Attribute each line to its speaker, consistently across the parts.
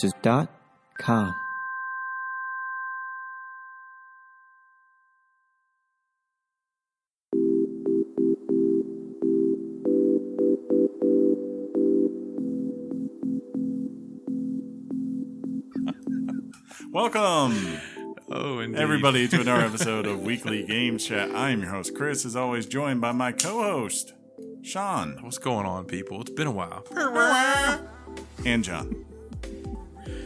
Speaker 1: geekversus.com.
Speaker 2: Welcome,
Speaker 3: Oh, and
Speaker 2: everybody, to another episode of Weekly Game Chat. I'm your host, Chris, as always, joined by my co host, Sean
Speaker 3: What's going on, people? It's been a while.
Speaker 2: and John.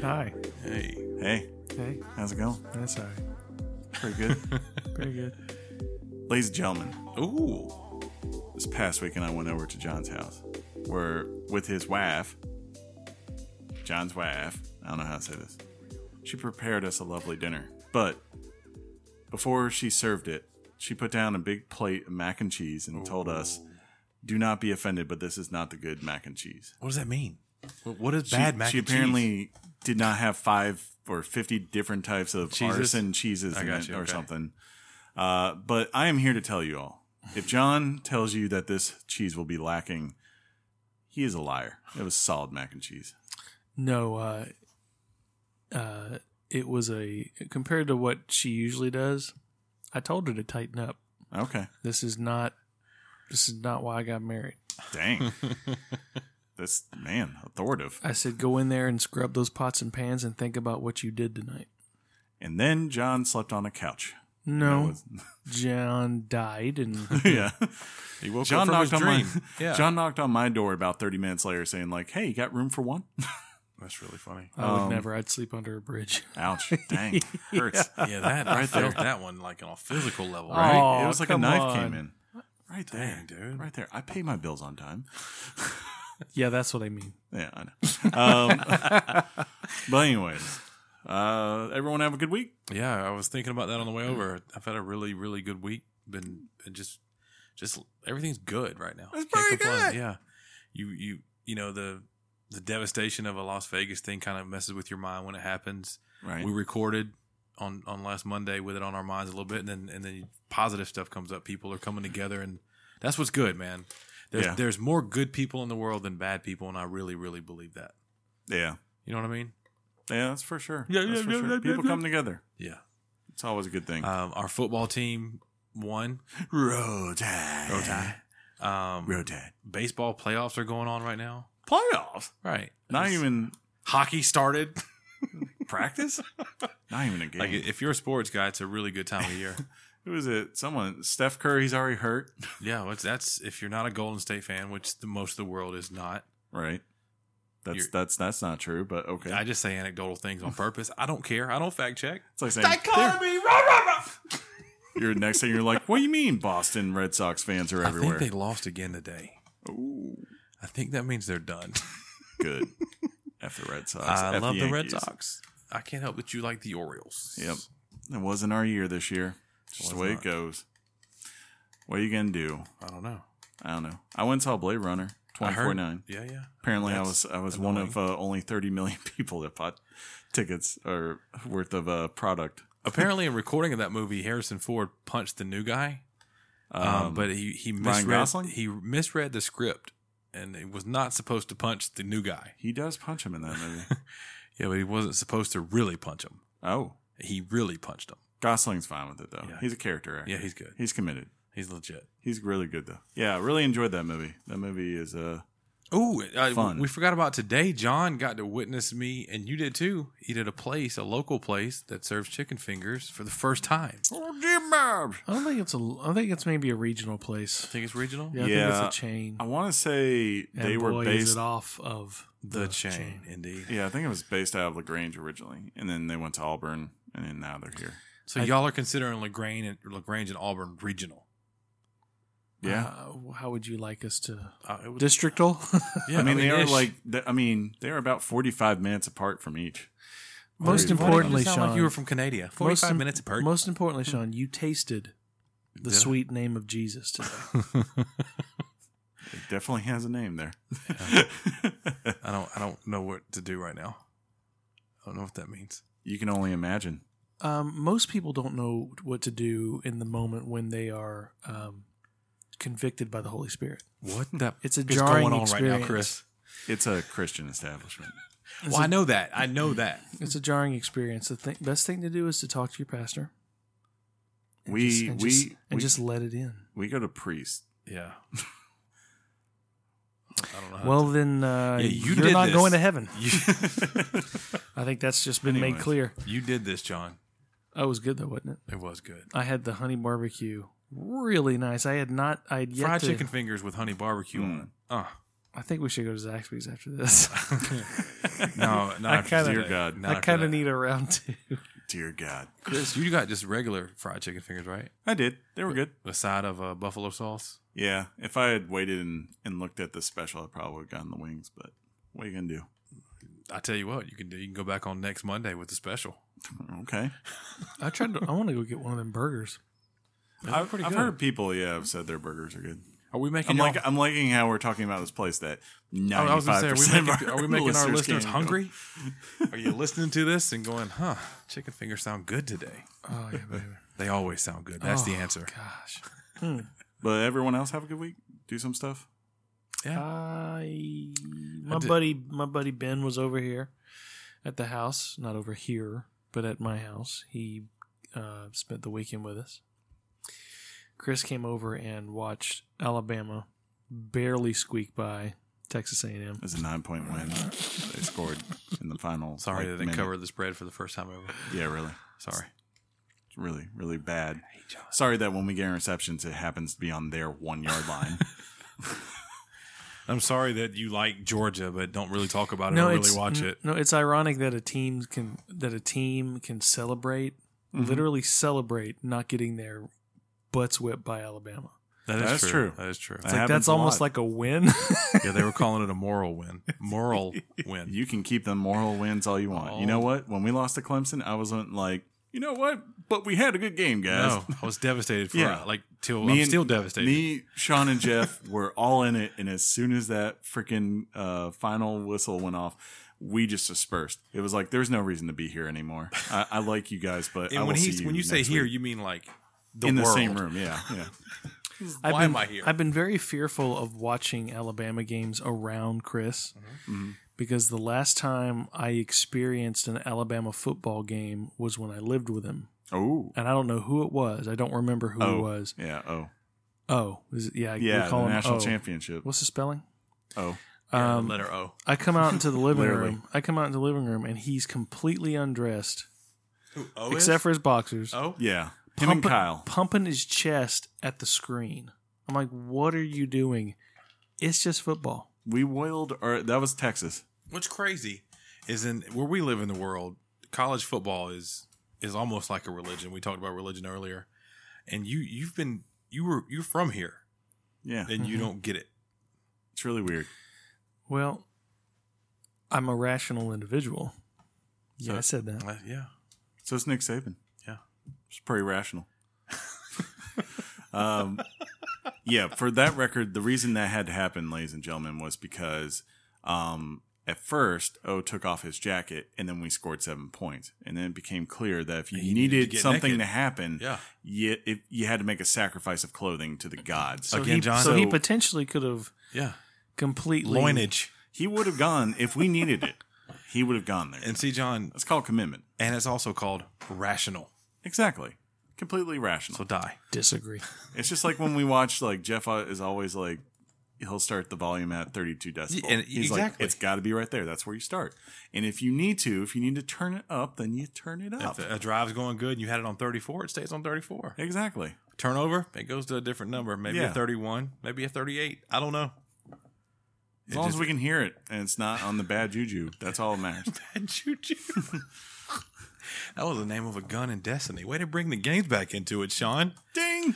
Speaker 4: Hi.
Speaker 3: Hey,
Speaker 2: Hey,
Speaker 4: Hey,
Speaker 2: how's it going?
Speaker 4: that's all right.
Speaker 2: Pretty good.
Speaker 4: Pretty good.
Speaker 2: Ladies and gentlemen,
Speaker 3: ooh,
Speaker 2: this past weekend I went over to John's house where, with his wife, John's wife, I don't know how to say this, she prepared us a lovely dinner. But before she served it, she put down a big plate of mac and cheese and told us, do not be offended, but this is not the good mac and cheese.
Speaker 3: what does that mean? What, what is bad mac
Speaker 2: she
Speaker 3: and cheese?
Speaker 2: apparently did not have five or 50 different types of
Speaker 3: Cheeses?
Speaker 2: artisan cheeses
Speaker 3: I
Speaker 2: in
Speaker 3: got
Speaker 2: it
Speaker 3: you,
Speaker 2: or
Speaker 3: okay.
Speaker 2: something. Uh, but I am here to tell you all if John tells you that this cheese will be lacking, he is a liar. It was solid mac and cheese.
Speaker 4: No, uh, uh, it was a compared to what she usually does. I told her to tighten up.
Speaker 2: Okay.
Speaker 4: This is not. This is not why I got married.
Speaker 2: Dang. this man, authoritative.
Speaker 4: I said, go in there and scrub those pots and pans and think about what you did tonight.
Speaker 2: And then John slept on a couch.
Speaker 4: No,
Speaker 2: That
Speaker 4: John died, and
Speaker 2: was- yeah.
Speaker 3: He woke
Speaker 2: John
Speaker 3: up from his
Speaker 2: knocked on my
Speaker 3: dream. yeah,
Speaker 2: John knocked on my door about 30 minutes later saying like, "Hey, you got room for one?"
Speaker 3: that's really funny.
Speaker 4: I would
Speaker 2: Um,
Speaker 4: never. I'd sleep under a bridge.
Speaker 2: Ouch. Dang. Hurts.
Speaker 3: Yeah, that I felt that one like on a physical level.
Speaker 4: Oh,
Speaker 3: Right?
Speaker 2: It was like a
Speaker 4: come
Speaker 2: knife
Speaker 4: on.
Speaker 2: came in. Right there,
Speaker 3: Dang, dude.
Speaker 2: Right there. I pay my bills on time.
Speaker 4: Yeah, that's what I mean.
Speaker 2: Yeah, I know. Um, but anyways, uh, everyone have a good week.
Speaker 3: Yeah, I was thinking about that on the way
Speaker 2: Mm-hmm.
Speaker 3: over. I've had a really, really good week. Been been just, just everything's good right now.
Speaker 2: It's
Speaker 3: Can't
Speaker 2: pretty
Speaker 3: complain.
Speaker 2: good.
Speaker 3: Yeah, you you you know the the devastation of a Las Vegas thing kind of messes with your mind when it happens.
Speaker 2: Right.
Speaker 3: we recorded on on last Monday with it on our minds a little bit, and then and then positive stuff comes up. People are coming together, and that's what's good, man. There's
Speaker 2: Yeah.
Speaker 3: there's more good people in the world than bad people, and I really really believe that.
Speaker 2: yeah.
Speaker 3: You know what I mean?
Speaker 2: Yeah, that's for sure.
Speaker 3: Yeah,
Speaker 2: That's
Speaker 3: yeah,
Speaker 2: for
Speaker 3: yeah,
Speaker 2: sure.
Speaker 3: yeah,
Speaker 2: People
Speaker 3: yeah,
Speaker 2: come together.
Speaker 3: Yeah.
Speaker 2: It's always a good thing.
Speaker 3: Um, our football team won.
Speaker 2: road Tide.
Speaker 3: Roll Tide. Um,
Speaker 2: Road Tide.
Speaker 3: baseball playoffs are going on right now.
Speaker 2: Playoffs.
Speaker 3: Right.
Speaker 2: Not
Speaker 3: It's-
Speaker 2: even
Speaker 3: hockey started.
Speaker 2: practice. Not even a game.
Speaker 3: like if you're a sports guy, it's a really good time of year.
Speaker 2: Who is it? Someone. Steph Curry's already hurt.
Speaker 3: yeah, well, it's, that's if you're not a Golden State fan, which the most of the world is not.
Speaker 2: Right. That's
Speaker 3: You're-
Speaker 2: that's that's not true. But okay.
Speaker 3: I just say anecdotal things on purpose. I don't care. I don't fact check.
Speaker 2: It's like saying dichotomy. Your next thing you're like, what do you mean Boston Red Sox fans are everywhere?
Speaker 3: I think they lost again today.
Speaker 2: Ooh,
Speaker 3: I think that means they're done.
Speaker 2: good. F the Red Sox.
Speaker 3: I
Speaker 2: F
Speaker 3: love the Red
Speaker 2: Yankees.
Speaker 3: Sox. I can't help that you like the Orioles.
Speaker 2: Yep. It wasn't our year this year. Just the
Speaker 3: Was
Speaker 2: way
Speaker 3: not.
Speaker 2: it goes. What are you gonna do?
Speaker 3: I don't know.
Speaker 2: I don't know. I went and saw Blade Runner
Speaker 3: I
Speaker 2: twenty
Speaker 3: heard-
Speaker 2: forty nine.
Speaker 3: Yeah, yeah.
Speaker 2: Apparently, I
Speaker 3: That's
Speaker 2: was I was one
Speaker 3: annoying.
Speaker 2: of uh, only thirty million people that bought tickets or worth of uh, product.
Speaker 3: Apparently, in recording of that movie, Harrison Ford punched the new guy, um, but he he misread
Speaker 2: Gosling?
Speaker 3: he misread the script and he was not supposed to punch the new guy.
Speaker 2: he does punch him in that movie.
Speaker 3: Yeah, but he wasn't supposed to really punch him.
Speaker 2: oh,
Speaker 3: He really punched him.
Speaker 2: Gosling's fine with it though.
Speaker 3: Yeah.
Speaker 2: He's a character actor.
Speaker 3: Yeah, he's good.
Speaker 2: He's committed.
Speaker 3: He's legit.
Speaker 2: He's really good though. Yeah, I really enjoyed that movie. That movie is uh
Speaker 3: Oh,
Speaker 2: Fun.
Speaker 3: we forgot about today. John got to witness me, and you did too. Eat at a place, a local place that serves chicken fingers for the first time.
Speaker 4: I don't think it's a. I think it's maybe a regional place.
Speaker 3: I think it's regional.
Speaker 4: Yeah, I
Speaker 2: Yeah.
Speaker 4: think it's a chain.
Speaker 2: I want to say
Speaker 4: And
Speaker 2: they were
Speaker 4: boy, is
Speaker 2: based
Speaker 4: it off of
Speaker 3: The, chain, indeed.
Speaker 2: Yeah, I think it was based out of LaGrange originally and then they went to Auburn and then now they're here.
Speaker 3: So y'all are considering Lagrange and Lagrange and Auburn regional.
Speaker 2: Yeah.
Speaker 4: Uh, how would you like us to
Speaker 3: Uh, it was-
Speaker 4: districtal?
Speaker 3: yeah,
Speaker 2: I mean, they are
Speaker 3: ish.
Speaker 2: like th- I mean, they are about 45 minutes apart from each.
Speaker 4: most
Speaker 2: Forty-five.
Speaker 4: importantly,
Speaker 3: You sound
Speaker 4: Sean.
Speaker 3: like you were from Canada.
Speaker 4: most
Speaker 3: Forty-five
Speaker 4: im-
Speaker 3: minutes Hmm. apart.
Speaker 4: Most importantly, Sean, you tasted the
Speaker 3: Did I?
Speaker 4: sweet name of Jesus today.
Speaker 2: It definitely has a name there.
Speaker 3: I don't. I don't know what to do right now. I don't know what that means.
Speaker 2: you can only imagine.
Speaker 4: um, most people don't know what to do in the moment when they are um, convicted by the Holy Spirit.
Speaker 3: What that
Speaker 4: It's a
Speaker 3: is
Speaker 4: jarring
Speaker 3: going on right now,
Speaker 4: experience.
Speaker 3: Chris?
Speaker 2: It's a Christian establishment.
Speaker 3: Well, I know that. I know that.
Speaker 4: It's a jarring experience. The thing, best thing to do is to talk to your pastor. and
Speaker 2: We-
Speaker 4: just- and
Speaker 2: we-
Speaker 4: just, and
Speaker 2: we-
Speaker 4: just let it in.
Speaker 2: We go to priest.
Speaker 3: Yeah. I don't know. How
Speaker 4: Well, then uh,
Speaker 3: Yeah, you
Speaker 4: you
Speaker 3: did
Speaker 4: are not
Speaker 3: this.
Speaker 4: going to heaven.
Speaker 3: you,
Speaker 4: I think that's just been made
Speaker 2: Anyways.
Speaker 4: clear.
Speaker 3: you did this, John.
Speaker 4: Oh, it was good though, wasn't it?
Speaker 3: It was good.
Speaker 4: I had the honey barbecue, really nice. I had not. I had yet
Speaker 3: Fried
Speaker 4: to. Hmm.
Speaker 3: chicken fingers with honey barbecue on it. Oh,
Speaker 4: I think we should go to Zaxby's after this.
Speaker 3: no, not
Speaker 4: I
Speaker 3: after
Speaker 4: kinda-
Speaker 3: that.
Speaker 2: Dear God.
Speaker 3: Not
Speaker 4: I
Speaker 3: after
Speaker 4: kind
Speaker 3: that.
Speaker 4: of need a round two.
Speaker 2: Dear God.
Speaker 3: Chris, you got just regular fried chicken fingers, right?
Speaker 2: I did. They were good.
Speaker 3: A side of uh, buffalo sauce.
Speaker 2: Yeah. If I had waited and, and looked at the special, I probably would have gotten the wings, but what are you going to do?
Speaker 3: I tell you what, you can do. You can go back on next Monday with the special.
Speaker 2: Okay.
Speaker 4: I tried. To, I want to go get one of them burgers.
Speaker 2: I've, I've heard people, yeah, have said their burgers are good.
Speaker 3: Are we making?
Speaker 2: I'm
Speaker 3: y'all-
Speaker 2: like, I'm liking how we're talking about this place that
Speaker 3: I was- uh, I
Speaker 2: 95
Speaker 3: was gonna say, are
Speaker 2: percent
Speaker 3: we making,
Speaker 2: of
Speaker 3: are we making our listeners
Speaker 2: can't go.
Speaker 3: hungry? are you listening to this and going, huh? Chicken fingers sound good today.
Speaker 4: Oh yeah, baby.
Speaker 3: They always sound good. That's the answer.
Speaker 4: Gosh.
Speaker 2: But everyone else have a good week. Do some stuff.
Speaker 3: Yeah.
Speaker 4: I my
Speaker 3: did-
Speaker 4: buddy my buddy Ben was over here at the house, not over here, but at my house. He uh, spent the weekend with us. Chris came over and watched Alabama barely squeak by Texas A&M.
Speaker 2: It's a nine point win. They scored in the final.
Speaker 3: Sorry,
Speaker 2: like,
Speaker 3: they didn't
Speaker 2: minute.
Speaker 3: cover the spread for the first time ever.
Speaker 2: Yeah, really.
Speaker 3: Sorry.
Speaker 2: It's really, really bad. Sorry that when we get interceptions, it happens to be on their one yard line.
Speaker 3: I'm sorry that you like Georgia, but don't really talk about it
Speaker 4: No,
Speaker 3: or really
Speaker 4: it's-
Speaker 3: watch
Speaker 4: n-
Speaker 3: it.
Speaker 4: No, it's ironic that a team can that a team can celebrate,
Speaker 2: Mm-hmm.
Speaker 4: literally celebrate not getting their butts whipped by Alabama.
Speaker 2: That's true.
Speaker 3: That is true.
Speaker 2: That
Speaker 4: Like
Speaker 2: happens
Speaker 4: that's
Speaker 2: a
Speaker 4: almost
Speaker 2: lot.
Speaker 4: like a win.
Speaker 3: yeah, they were calling it a moral win. Moral win.
Speaker 2: You can keep them moral wins all you want. You know
Speaker 3: Oh.
Speaker 2: what? When we lost to Clemson, I wasn't like, you know what? But we had a good game, guys.
Speaker 3: no, I was devastated for
Speaker 2: Yeah.
Speaker 3: yeah. like till
Speaker 2: Me
Speaker 3: I'm
Speaker 2: and-
Speaker 3: still devastated.
Speaker 2: Me, Sean, and Jeff were all in it, and as soon as that freaking uh, final whistle went off, we just dispersed. It was like there's no reason to be here anymore. I, I like you guys, but I
Speaker 3: and
Speaker 2: will
Speaker 3: when
Speaker 2: see
Speaker 3: he's when you say
Speaker 2: next
Speaker 3: here,
Speaker 2: week.
Speaker 3: you mean like the
Speaker 2: in
Speaker 3: world.
Speaker 2: the same room, yeah, yeah.
Speaker 4: I've
Speaker 3: Why
Speaker 4: been,
Speaker 3: am I here?
Speaker 4: I've been very fearful of watching Alabama games around Chris
Speaker 3: Mm-hmm.
Speaker 2: Mm-hmm.
Speaker 4: because the last time I experienced an Alabama football game was when I lived with him.
Speaker 2: Oh,
Speaker 4: And I don't know who it was. I don't remember who
Speaker 2: oh,
Speaker 4: it was.
Speaker 2: yeah, oh,
Speaker 4: Oh, is it, yeah,
Speaker 2: yeah.
Speaker 4: we call
Speaker 2: The
Speaker 4: him
Speaker 2: national
Speaker 4: oh.
Speaker 2: championship.
Speaker 4: What's the spelling?
Speaker 2: Oh,
Speaker 3: Yeah,
Speaker 4: Um,
Speaker 3: letter O.
Speaker 4: I come out into the living
Speaker 2: Literally.
Speaker 4: room. I come out into the living room and he's completely undressed
Speaker 3: O
Speaker 4: except for his boxers,
Speaker 3: O.
Speaker 2: yeah. Him and
Speaker 4: Pumping-
Speaker 2: Kyle.
Speaker 4: pumping his chest at the screen. I'm like, "What are you doing?" It's just football.
Speaker 2: We wailed. Or that was Texas.
Speaker 3: What's crazy is in where we live in the world, college football is is almost like a religion. We talked about religion earlier, and you you've been you were you're from here,
Speaker 2: Yeah,
Speaker 3: and
Speaker 4: Mm-hmm.
Speaker 3: you don't get it.
Speaker 2: it's really weird.
Speaker 4: Well, I'm a rational individual. Yeah,
Speaker 3: So-
Speaker 4: I said that.
Speaker 3: Uh, yeah,
Speaker 2: So it's Nick Saban.
Speaker 3: Yeah.
Speaker 2: It's pretty rational. um, yeah, for that record, the reason that had to happen, ladies and gentlemen, was because um, at first, O took off his jacket and then we scored seven points. And then it became clear that if you
Speaker 3: He needed to
Speaker 2: needed
Speaker 3: get
Speaker 2: something
Speaker 3: naked.
Speaker 2: to happen,
Speaker 3: yeah.
Speaker 2: you, if, you had to make a sacrifice of clothing to the gods.
Speaker 4: So
Speaker 3: Again,
Speaker 4: he,
Speaker 3: John-
Speaker 4: So, he
Speaker 2: So-
Speaker 4: potentially could have
Speaker 3: Yeah.
Speaker 4: completely
Speaker 3: Loinage.
Speaker 2: He would have gone, if we needed it, he would have gone there.
Speaker 3: And see, John,
Speaker 2: That's called commitment.
Speaker 3: and it's also called rational.
Speaker 2: Exactly. Completely rational.
Speaker 3: So die.
Speaker 4: Disagree.
Speaker 2: It's just like when we watch like Jeff is always like he'll start the volume at 32 decibel.
Speaker 3: Yeah, and-
Speaker 2: He's like
Speaker 3: exactly.
Speaker 2: it's got to be right there. That's where you start. And if you need to, if you need to turn it up, then you turn it
Speaker 3: If
Speaker 2: up.
Speaker 3: a drive's going good and you had it on 34, it stays on 34.
Speaker 2: Exactly.
Speaker 3: Turnover, it goes to a different number. Maybe
Speaker 2: Yeah.
Speaker 3: a 31, maybe a 38. I don't know.
Speaker 2: As long as we can hear it and it's not on the bad juju, that's all that matters.
Speaker 3: Juju. that was the name of a gun in Destiny. Way to bring the games back into it, Sean.
Speaker 2: Ding.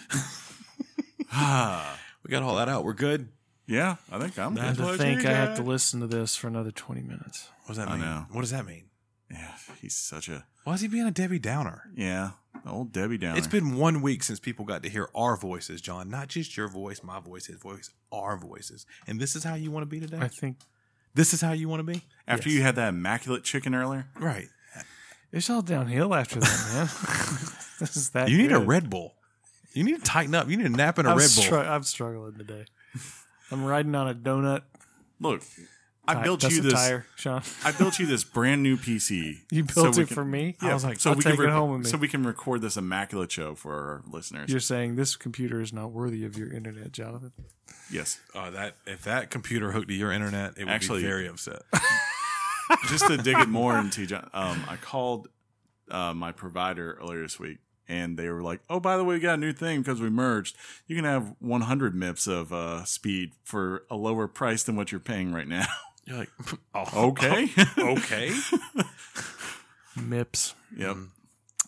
Speaker 3: We got all that out. We're good.
Speaker 2: Yeah, I think I'm
Speaker 3: That's
Speaker 2: good.
Speaker 3: what
Speaker 4: I
Speaker 3: you
Speaker 4: think I have
Speaker 3: got.
Speaker 4: to listen to this for another 20 minutes.
Speaker 3: What does that
Speaker 2: I
Speaker 3: mean?
Speaker 2: know.
Speaker 3: What does that mean?
Speaker 2: Yeah, he's such a
Speaker 3: Why is he being a Debbie Downer?
Speaker 2: yeah, old Debbie Downer.
Speaker 3: It's been one week since people got to hear our voices, John. Not just your voice, my voice, his voice, our voices. And this is how you want to be today?
Speaker 4: I think
Speaker 3: This is how you want to be?
Speaker 2: after you had that immaculate chicken earlier.
Speaker 3: Right.
Speaker 4: it's all downhill after that, man. this is that.
Speaker 3: You need a
Speaker 4: good.
Speaker 3: Red Bull. You need to tighten up. You need a nap and a
Speaker 4: I'm,
Speaker 3: Red Bull.
Speaker 4: str- I'm struggling today. I'm riding on a donut.
Speaker 2: Look, I
Speaker 4: Ti-
Speaker 2: built
Speaker 4: that's
Speaker 2: you
Speaker 4: a
Speaker 2: this.
Speaker 4: tire, Sean.
Speaker 2: I built you this brand new PC.
Speaker 4: You
Speaker 2: so
Speaker 4: built
Speaker 2: we
Speaker 4: it
Speaker 2: can-
Speaker 4: for me.
Speaker 2: Yeah,
Speaker 4: I was like,
Speaker 2: so
Speaker 4: I'll
Speaker 2: we
Speaker 4: take
Speaker 2: can
Speaker 4: it
Speaker 2: rec-
Speaker 4: home with me.
Speaker 2: So we can record this immaculate show for our listeners.
Speaker 4: You're saying this computer is not worthy of your internet, Jonathan.
Speaker 2: yes.
Speaker 3: Uh, that if that computer hooked to your internet, it would
Speaker 2: Actually-
Speaker 3: be very upset.
Speaker 2: just to dig it more into John, um, I called uh, my provider earlier this week, and they were like, "Oh, by the way, we got a new thing because we merged. You can have 100 MIPS of uh, speed for a lower price than what you're paying right now."
Speaker 3: You're like, oh,
Speaker 2: Okay.
Speaker 3: okay.
Speaker 4: Mips.
Speaker 2: yep.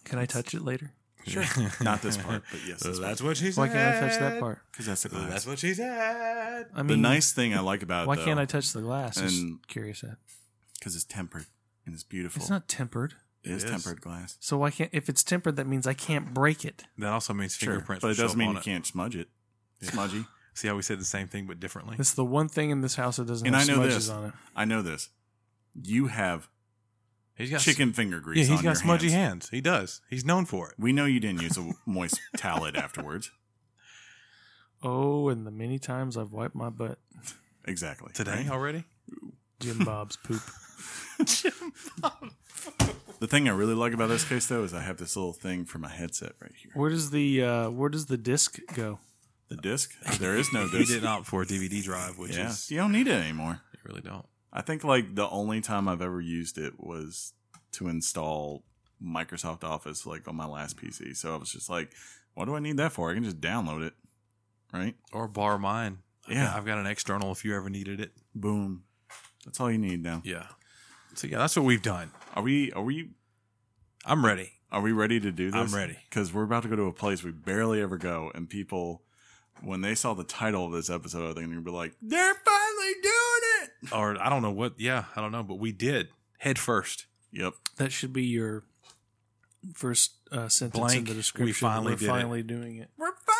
Speaker 4: Can I touch it later?
Speaker 3: Sure.
Speaker 2: Not this part, but yes,
Speaker 3: So
Speaker 2: this
Speaker 3: that's what she said.
Speaker 4: Why can't I touch that part?
Speaker 2: because that's the
Speaker 3: That's
Speaker 2: glass.
Speaker 3: what she said.
Speaker 4: I
Speaker 2: The
Speaker 4: mean,
Speaker 2: nice thing I like about it,
Speaker 4: why can't
Speaker 2: though,
Speaker 4: I touch the glass? I'm just
Speaker 2: And-
Speaker 4: curious at.
Speaker 2: because it's tempered and it's beautiful.
Speaker 4: It's not tempered,
Speaker 2: It is
Speaker 3: It is.
Speaker 2: tempered glass.
Speaker 4: so why can't? If it's tempered, that means I can't break it.
Speaker 3: That also means
Speaker 2: Sure,
Speaker 3: fingerprints.
Speaker 2: but
Speaker 3: will
Speaker 2: it
Speaker 3: show
Speaker 2: doesn't
Speaker 3: up
Speaker 2: mean
Speaker 3: on
Speaker 2: you
Speaker 3: it.
Speaker 2: can't smudge it. Smudgy.
Speaker 3: See how we said the same thing but differently.
Speaker 4: It's the one thing in this house that doesn't
Speaker 2: And
Speaker 4: have
Speaker 2: I know this.
Speaker 4: smudges on it.
Speaker 2: I know this. You have
Speaker 3: He's got
Speaker 2: chicken finger
Speaker 3: Yeah,
Speaker 2: grease.
Speaker 3: he's
Speaker 2: on
Speaker 3: got
Speaker 2: your
Speaker 3: smudgy
Speaker 2: hands.
Speaker 3: hands. He does. He's known for it.
Speaker 2: We know you didn't use a moist towelette afterwards.
Speaker 4: Oh, and the many times I've wiped my butt,
Speaker 2: Exactly.
Speaker 3: Today
Speaker 2: Right?
Speaker 3: already?
Speaker 4: Jim Bob's poop.
Speaker 2: The thing I really like about this case though is I have this little thing for my headset right here.
Speaker 4: Where does the uh, where does the disc go?
Speaker 2: The disc? There is no
Speaker 3: He
Speaker 2: disc.
Speaker 3: did opt for a DVD drive, which
Speaker 2: yeah.
Speaker 3: is
Speaker 2: You don't need it anymore.
Speaker 3: you really don't.
Speaker 2: I think like the only time I've ever used it was to install Microsoft Office like on my last PC. So I was just like, what do I need that for? I can just download it. Right?
Speaker 3: Or borrow mine. I've
Speaker 2: Yeah.
Speaker 3: got- I've got an external if you ever needed it.
Speaker 2: Boom. That's all you need now.
Speaker 3: Yeah. So yeah, that's what we've done.
Speaker 2: Are we are we
Speaker 3: I'm ready.
Speaker 2: Are we ready to do this?
Speaker 3: I'm ready.
Speaker 2: Because we're about to go to a place we barely ever go, and people, when they saw the title of this episode, they're going to be like, they're finally doing it.
Speaker 3: Or I don't know what. Yeah, I don't know, but we did head first.
Speaker 2: Yep.
Speaker 4: That should be your first uh, sentence in
Speaker 3: Blank,
Speaker 4: the
Speaker 3: we
Speaker 4: description.
Speaker 3: finally
Speaker 4: We're
Speaker 3: did it.
Speaker 4: finally doing it.
Speaker 2: We're finally doing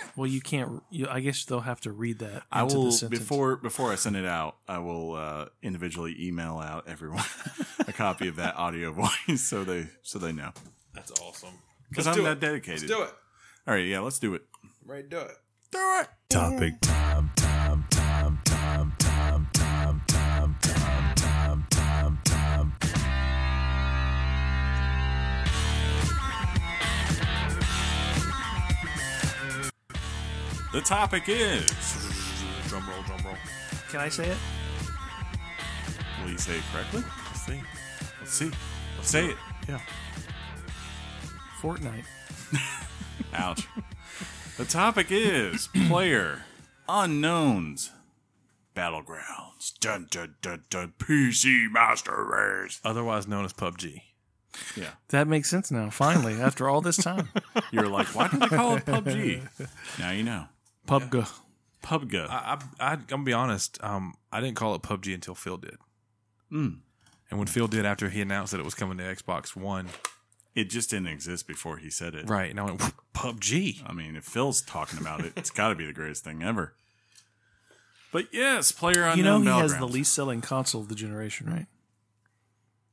Speaker 2: it.
Speaker 4: Well, you can't. You, I guess they'll have to read that.
Speaker 2: I
Speaker 4: into the
Speaker 2: will
Speaker 4: sentence.
Speaker 2: before before I send it out. I will uh, individually email out everyone a copy of that audio voice so they so they know
Speaker 3: That's awesome.
Speaker 2: because I'm that dedicated.
Speaker 3: it.
Speaker 2: All right, yeah, let's do it.
Speaker 3: Right, do it.
Speaker 2: Do it.
Speaker 1: Topic time, time, time, time, time, time, time, time, time, time, time.
Speaker 2: The topic is.
Speaker 3: Drum roll, drum roll.
Speaker 4: Can I say it?
Speaker 2: Will you say it correctly?
Speaker 3: Let's see.
Speaker 2: Let's see. Let's say it.
Speaker 3: Yeah.
Speaker 4: Fortnite.
Speaker 2: Ouch. the topic is player unknowns battlegrounds. Dun dun dun dun. PC Master Race.
Speaker 3: Otherwise known as PUBG.
Speaker 2: Yeah,
Speaker 4: That makes sense now. Finally, after all this time,
Speaker 2: you're like, why do they call it PUBG? Now you know. Uh,
Speaker 4: PUBG.
Speaker 2: PUBG.
Speaker 3: I, I, I, I'm gonna be honest. Um, I didn't call it PUBG until Phil did.
Speaker 2: Mm.
Speaker 3: And when Phil did, after he announced that it was coming to Xbox One,
Speaker 2: it just didn't exist before he said it.
Speaker 3: right? And I went PUBG.
Speaker 2: I mean, if Phil's talking about it, it's got to be the greatest thing ever. But yes, player unknown.
Speaker 4: You know he
Speaker 2: battlegrounds.
Speaker 4: has the least selling console of the generation, right?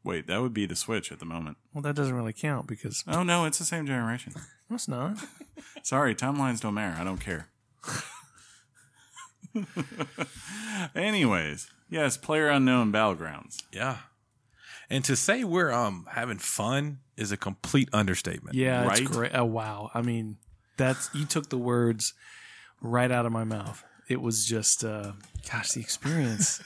Speaker 2: Wait, that would be the Switch at the moment.
Speaker 4: Well, that doesn't really count because
Speaker 2: Oh no, it's the same generation.
Speaker 4: no, it's not.
Speaker 2: Sorry, timelines don't matter. I don't care. Anyways, yes, player unknown battlegrounds.
Speaker 3: Yeah. And to say we're um having fun is a complete understatement.
Speaker 4: Yeah,
Speaker 2: Right?
Speaker 4: it's great. Oh, wow. I mean, that's you took the words right out of my mouth. It was just, uh, gosh, the experience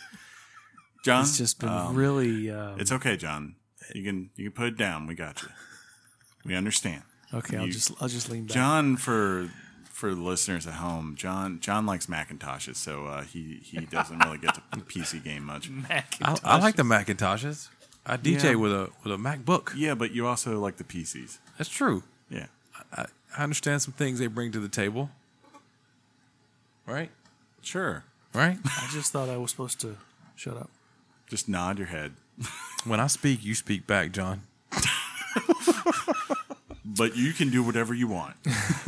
Speaker 2: John,
Speaker 4: has just been
Speaker 2: um,
Speaker 4: really. Um,
Speaker 2: It's okay, John. You can you can put it down. We got you. We understand,
Speaker 4: okay, I'll
Speaker 2: you-
Speaker 4: just I'll just lean back.
Speaker 2: John. For for the listeners at home, John John likes Macintoshes, so uh, he he doesn't really get to PC game much.
Speaker 3: I, I like the Macintoshes. I DJ
Speaker 2: Yeah.
Speaker 3: with a with a MacBook.
Speaker 2: Yeah, but you also like the PCs.
Speaker 3: That's true.
Speaker 2: Yeah,
Speaker 3: I, I understand some things they bring to the table. Right.
Speaker 2: sure.
Speaker 3: Right.
Speaker 4: I just thought I was supposed to shut up.
Speaker 2: Just nod your head,
Speaker 3: when I speak, you speak back, John.
Speaker 2: but you can do whatever you want.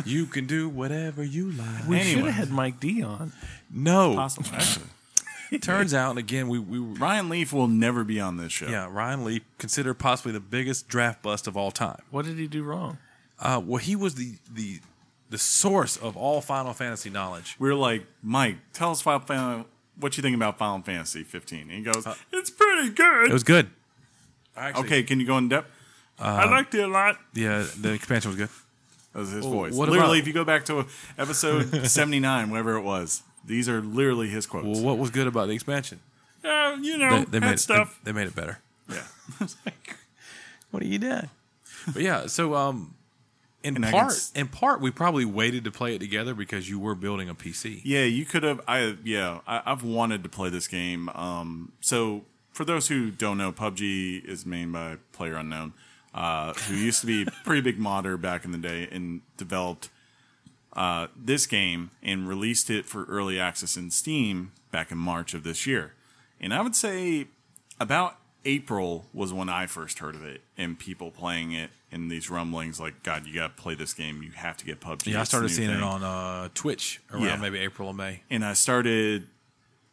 Speaker 3: You can do whatever you like.
Speaker 4: We should
Speaker 2: Anyway.
Speaker 4: have had Mike D on.
Speaker 3: No.
Speaker 2: Possible, actually.
Speaker 3: Turns out, and again, we we were-
Speaker 2: Ryan Leaf will never be on this show.
Speaker 3: yeah Ryan Lee considered possibly the biggest draft bust of all time.
Speaker 4: What did he do wrong?
Speaker 3: Uh, well, he was the the the source of all Final Fantasy knowledge.
Speaker 2: We're like, Mike, tell us Final Fan- what you think about Final Fantasy 15? And he goes,
Speaker 3: Uh,
Speaker 2: it's pretty good.
Speaker 3: It was good. I actually-
Speaker 2: okay, can you go in depth?
Speaker 3: Um,
Speaker 2: I liked it a lot.
Speaker 3: Yeah, the expansion was good.
Speaker 2: That was his voice.
Speaker 4: what
Speaker 2: literally,
Speaker 4: about-
Speaker 2: if you go back to episode 79, whatever it was, these are literally his quotes.
Speaker 3: Well, what was good about the expansion?
Speaker 2: Uh, you know,
Speaker 3: they, they
Speaker 2: that
Speaker 3: made it,
Speaker 2: stuff.
Speaker 3: They, they made it better.
Speaker 2: yeah.
Speaker 3: What are you doing? But yeah, so um, in
Speaker 2: And I
Speaker 3: part,
Speaker 2: guess-
Speaker 3: in part, we probably waited to play it together because you were building a PC.
Speaker 2: Yeah, you could have. I yeah, I, I've wanted to play this game. Um, so for those who don't know, PUBG is made by Player Unknown, uh, who used to be a pretty big modder back in the day and developed uh, this game and released it for early access in Steam back in March of this year. And I would say about April was when I first heard of it and people playing it in these rumblings like, God, you got to play this game. You have to get PUBG.
Speaker 3: Yeah, I
Speaker 2: It's the
Speaker 3: started
Speaker 2: new
Speaker 3: seeing it
Speaker 2: thing."
Speaker 3: on uh, Twitch around
Speaker 2: Yeah.
Speaker 3: maybe April or May.
Speaker 2: and I started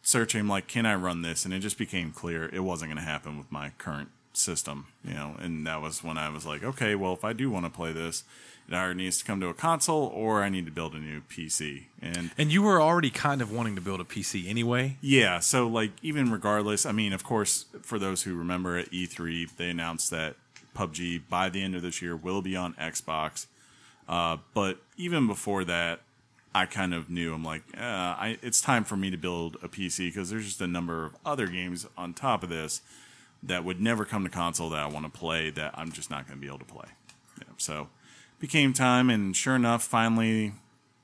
Speaker 2: searching like, can I run this? And it just became clear it wasn't going to happen with my current system, you know. And that was when I was like, okay, well, if I do want to play this, it either needs to come to a console or I need to build a new PC. And
Speaker 3: And you were already kind of wanting to build a PC anyway.
Speaker 2: yeah, so like even regardless, I mean, of course, for those who remember at E3, they announced that PUBG by the end of this year will be on Xbox. Uh, but even before that, I kind of knew I'm like, uh, I, it's time for me to build a PC because there's just a number of other games on top of this that would never come to console that I want to play that I'm just not going to be able to play. Yeah, so became time, and sure enough, finally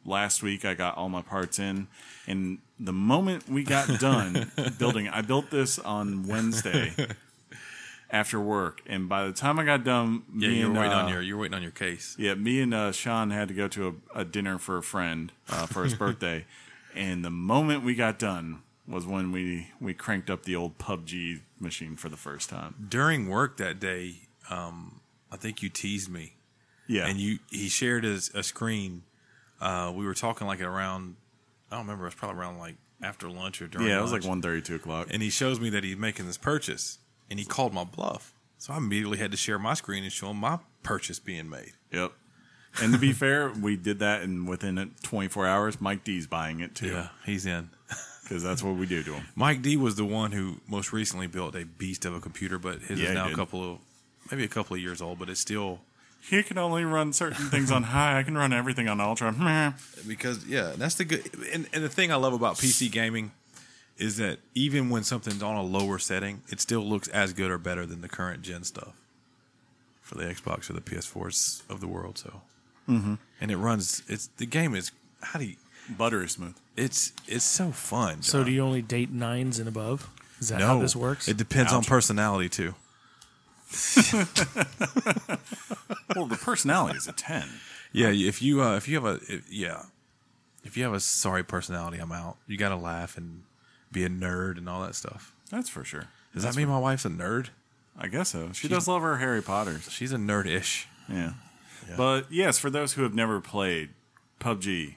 Speaker 2: last week I got all my parts in, and the moment we got done building, I built this on Wednesday after work, and by the time I got done,
Speaker 3: Yeah,
Speaker 2: me
Speaker 3: you were
Speaker 2: and,
Speaker 3: waiting on
Speaker 2: uh,
Speaker 3: your you were waiting on your case.
Speaker 2: yeah, me and uh, Sean had to go to a, a dinner for a friend uh, for his birthday, and the moment we got done was when we we cranked up the old PUBG machine for the first time.
Speaker 3: During work that day, um, I think you teased me,
Speaker 2: Yeah,
Speaker 3: and you he shared his, a screen. Uh, we were talking like around, I don't remember. It was probably around like after lunch or during.
Speaker 2: yeah, it was
Speaker 3: lunch.
Speaker 2: like one thirty, two o'clock.
Speaker 3: and he shows me that he's making this purchase and he called my bluff so i immediately had to share my screen and show him my purchase being made
Speaker 2: Yep. And to be fair, we did that, and within 24 hours, Mike D's buying it too,
Speaker 3: he's in
Speaker 2: because that's what we do to him.
Speaker 3: mike d was the one who most recently built a beast of a computer but his
Speaker 2: Yeah,
Speaker 3: is
Speaker 2: he
Speaker 3: now a
Speaker 2: did.
Speaker 3: couple of maybe a couple of years old but it's still
Speaker 2: He can only run certain things on high. I can run everything on ultra. Meh.
Speaker 3: because yeah that's the good and, and the thing i love about pc gaming is that even when something's on a lower setting it still looks as good or better than the current gen stuff for the xbox or the ps4s of the world so and it runs it's the game is how do you
Speaker 2: Butter is smooth.
Speaker 3: it's it's so fun
Speaker 4: So
Speaker 3: John.
Speaker 4: do you only date nines and above? Is that
Speaker 3: no
Speaker 4: how this works?
Speaker 3: it depends on personality too
Speaker 2: Well, the personality is a 10.
Speaker 3: yeah if you uh, if you have a if, yeah if you have a sorry personality i'm out you gotta laugh and be a nerd and all that stuff
Speaker 2: That's for sure.
Speaker 3: does that mean my wife's a nerd
Speaker 2: I guess so. She does love her Harry Potters.
Speaker 3: She's a nerdish.
Speaker 2: Yeah. But yes, for those who have never played PUBG,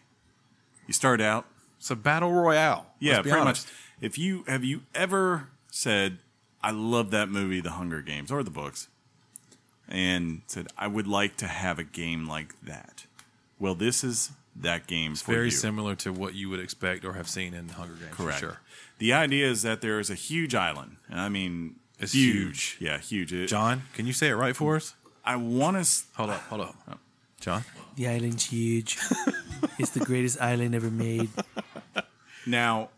Speaker 2: you start out.
Speaker 3: It's a battle royale.
Speaker 2: Yeah,
Speaker 3: let's be
Speaker 2: pretty
Speaker 3: honest.
Speaker 2: much. If you have you ever said, "I love that movie, The Hunger Games, or the books," and said, "I would like to have a game like that," well, this is that game for
Speaker 3: Very
Speaker 2: you.
Speaker 3: similar to what you would expect or have seen in Hunger Games.
Speaker 2: Correct.
Speaker 3: For sure.
Speaker 2: The idea is that there is a huge island, and I mean
Speaker 3: It's huge.
Speaker 2: Yeah, huge. It-
Speaker 3: John, can you say it right for us?
Speaker 2: I want to.
Speaker 3: Hold up, hold up.
Speaker 2: Oh.
Speaker 3: John,
Speaker 4: the island's huge. it's the greatest island ever made.
Speaker 2: Now,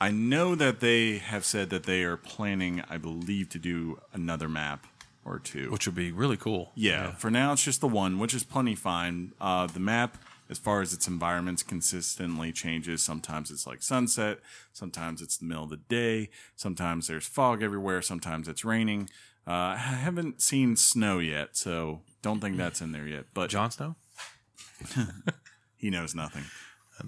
Speaker 2: I know that they have said that they are planning, I believe, to do another map or two.
Speaker 3: which would be really cool.
Speaker 2: yeah, for now it's just the one, which is plenty fine. Uh, the map, as far as its environments, consistently changes. Sometimes it's like sunset, sometimes it's the middle of the day, sometimes there's fog everywhere, sometimes it's raining. Uh, I haven't seen snow yet, so don't think that's in there yet. But
Speaker 3: John Snow?
Speaker 2: he knows nothing.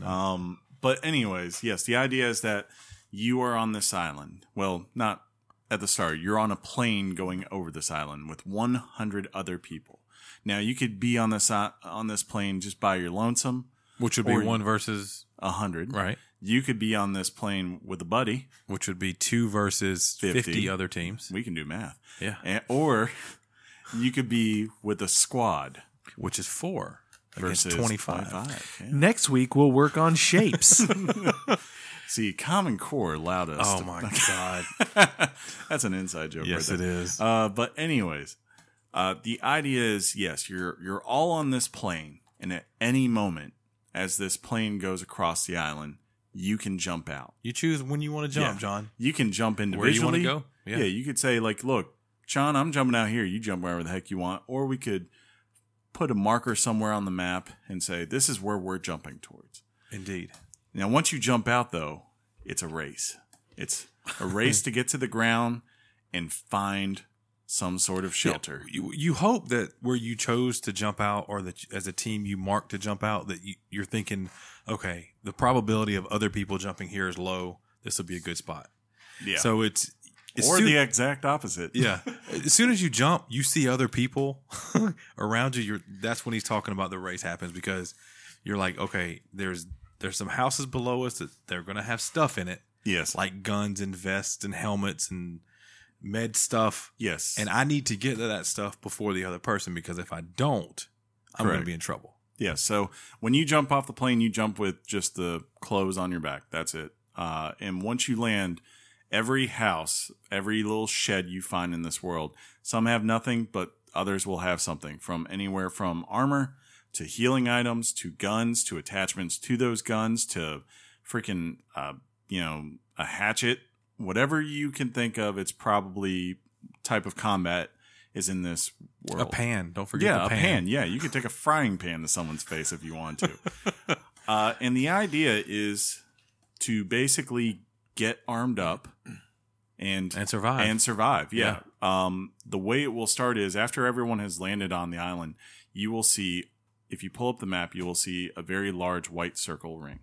Speaker 2: Um, but anyways, yes, the idea is that you are on this island. Well, not at the start. You're on a plane going over this island with 100 other people. Now you could be on this i- on this plane just by your lonesome,
Speaker 3: Which would be
Speaker 2: Or-
Speaker 3: one versus
Speaker 2: 100.
Speaker 3: right.
Speaker 2: You could be on this plane with a buddy.
Speaker 3: Which would be two versus
Speaker 2: 50.
Speaker 3: fifty, other teams.
Speaker 2: We can do math.
Speaker 3: Yeah.
Speaker 2: And, or you could be with a squad
Speaker 3: Which is four
Speaker 2: versus
Speaker 3: against twenty five.
Speaker 2: 25. yeah.
Speaker 4: Next week we'll work on shapes.
Speaker 2: See, Common Core allowed us.
Speaker 3: Oh
Speaker 2: to-
Speaker 3: my god.
Speaker 2: That's an inside joke.
Speaker 3: Yes,
Speaker 2: right
Speaker 3: it
Speaker 2: there.
Speaker 3: is.
Speaker 2: Uh, but anyways, uh, the idea is yes, you're you're all on this plane, and at any moment, as this plane goes across the island, you can jump out.
Speaker 3: You choose when you want to jump,
Speaker 2: Yeah.
Speaker 3: John.
Speaker 2: You can jump individually.
Speaker 3: Where you want to go?
Speaker 2: Yeah. you could say like, look, John, I'm jumping out here. You jump wherever the heck you want, or we could put a marker somewhere on the map and say this is where we're jumping towards.
Speaker 3: Indeed.
Speaker 2: Now, once you jump out, though, it's a race. It's a race to get to the ground and find some sort of shelter.
Speaker 3: You, you hope that where you chose to jump out, or that you- as a team you marked to jump out, that you, you're thinking, okay, the probability of other people jumping here is low. This will be a good spot.
Speaker 2: Yeah.
Speaker 3: So it's, it's
Speaker 2: or
Speaker 3: soon-
Speaker 2: the exact opposite.
Speaker 3: yeah. As soon as you jump, you see other people around you. You're that's when he's talking about the race happens because you're like, okay, there's there's some houses below us that they're gonna have stuff in it,
Speaker 2: Yes.
Speaker 3: like guns and vests and helmets and med stuff.
Speaker 2: yes.
Speaker 3: And I need to get to that stuff before the other person because if I don't, I'm
Speaker 2: Correct.
Speaker 3: gonna be in trouble.
Speaker 2: yeah. So when you jump off the plane, you jump with just the clothes on your back. That's it. Uh, and once you land, every house, every little shed you find in this world, some have nothing, but others will have something from anywhere from armor to healing items to guns to attachments to those guns to freaking, uh, you know, a hatchet. Whatever you can think of, it's probably type of combat is in this world.
Speaker 3: A pan, don't forget
Speaker 2: Yeah,
Speaker 3: the
Speaker 2: a pan. Yeah, you could take a frying pan to someone's face if you want to. uh, and the idea is to basically get armed up and
Speaker 3: and survive.
Speaker 2: and survive. Yeah. Um, the way it will start is after everyone has landed on the island, you will see, if you pull up the map, you will see a very large white circle ring.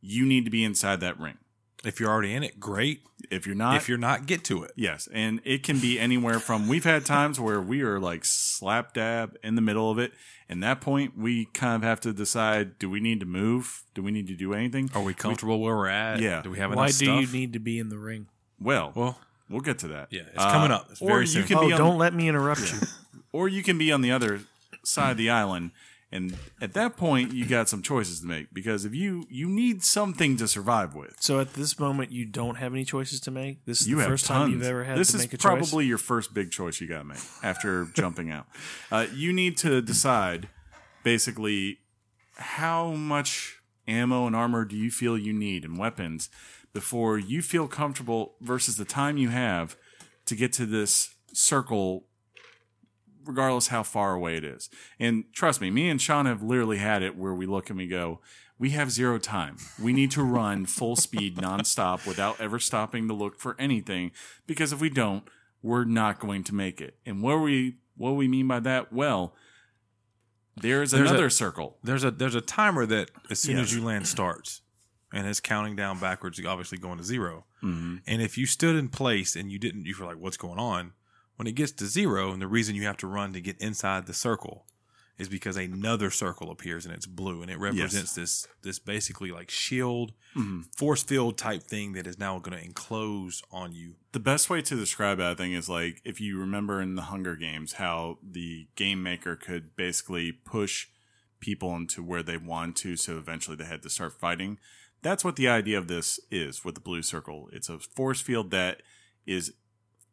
Speaker 2: You need to be inside that ring.
Speaker 3: if you're already in it, great.
Speaker 2: If you're not,
Speaker 3: if you're not, get to it.
Speaker 2: Yes, and it can be anywhere from. We've had times where we are like slap dab in the middle of it, and that point we kind of have to decide: do we need to move? Do we need to do anything?
Speaker 3: Are we comfortable where we're at?
Speaker 2: Yeah.
Speaker 3: Do we have enough
Speaker 4: Why do
Speaker 3: stuff?
Speaker 4: you need to be in the ring?
Speaker 2: Well, well,
Speaker 3: Well,
Speaker 2: we'll get to that. Uh,
Speaker 3: Yeah, it's coming up. It's
Speaker 2: or
Speaker 3: very
Speaker 2: you
Speaker 3: soon.
Speaker 2: can
Speaker 4: Oh,
Speaker 2: be on,
Speaker 4: don't let me interrupt you.
Speaker 2: or you can be on the other side of the island, and at that point you got some choices to make because if you you need something to survive with.
Speaker 4: So at this moment, you don't have any choices to make. This is
Speaker 2: You
Speaker 4: the
Speaker 2: have
Speaker 4: first
Speaker 2: tons.
Speaker 4: time you've ever had
Speaker 2: this
Speaker 4: to
Speaker 2: is
Speaker 4: make a choice.
Speaker 2: probably your first big choice you got to make after jumping out. Uh, you need to decide basically how much ammo and armor do you feel you need and weapons before you feel comfortable versus the time you have to get to this circle regardless how far away it is and trust me me and sean have literally had it where we look and we go we have zero time we need to run full speed nonstop without ever stopping to look for anything because if we don't we're not going to make it and what we what we mean by that well there's,
Speaker 3: There's a-
Speaker 2: another circle
Speaker 3: there's a there's a timer that as soon as
Speaker 2: Yeah.
Speaker 3: you land starts, and it's counting down backwards, obviously going to 0
Speaker 2: mm-hmm.
Speaker 3: And if you stood in place and you didn't, you were like, "What's going on?" When it gets to zero, and the reason you have to run to get inside the circle is because another circle appears and it's blue, and it represents this this basically like shield, force field type thing that is now going to enclose on you.
Speaker 2: the best way to describe that thing is like if you remember in the Hunger Games how the game maker could basically push people into where they want to, so eventually they had to start fighting. That's what the idea of this is with the blue circle. It's a force field that is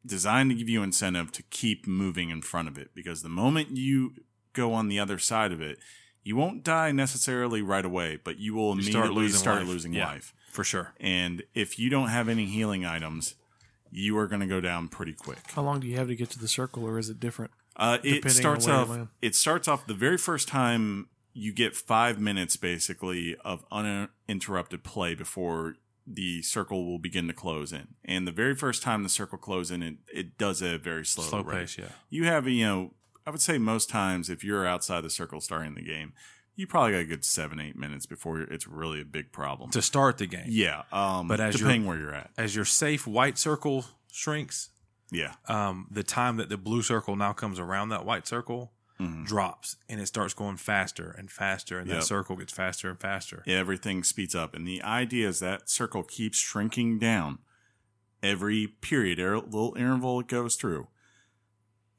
Speaker 2: designed to give you incentive to keep moving in front of it because the moment you go on the other side of it, you won't die necessarily right away, but you will
Speaker 3: You
Speaker 2: immediately
Speaker 3: start
Speaker 2: start
Speaker 3: losing
Speaker 2: losing
Speaker 3: life. Yeah.
Speaker 2: life.
Speaker 3: For sure,
Speaker 2: And if you don't have any healing items, you are going to go down pretty quick.
Speaker 4: How long do you have to get to the circle, or is it different?
Speaker 2: Uh, it
Speaker 4: Depending on
Speaker 2: starts
Speaker 4: where you
Speaker 2: off.
Speaker 4: land.
Speaker 2: It starts off the very first time you get five minutes basically of uninterrupted play before the circle will begin to close in. And the very first time the circle closes in, it, it does a very slow,
Speaker 3: slow
Speaker 2: rate.
Speaker 3: pace, yeah.
Speaker 2: You have you know, I would say most times if you're outside the circle starting the game, you probably got a good seven eight minutes before it's really a big problem.
Speaker 3: To start the game,
Speaker 2: yeah, um,
Speaker 3: But
Speaker 2: but
Speaker 3: as you're-
Speaker 2: depending where you're at,
Speaker 3: as your safe white circle shrinks,
Speaker 2: yeah.
Speaker 3: um, the time that the blue circle now comes around that white circle
Speaker 2: Mhm.
Speaker 3: drops and it starts going faster and faster and that
Speaker 2: Yep.
Speaker 3: circle gets faster and faster
Speaker 2: everything speeds up. And the idea is that circle keeps shrinking down every period, every little interval it goes through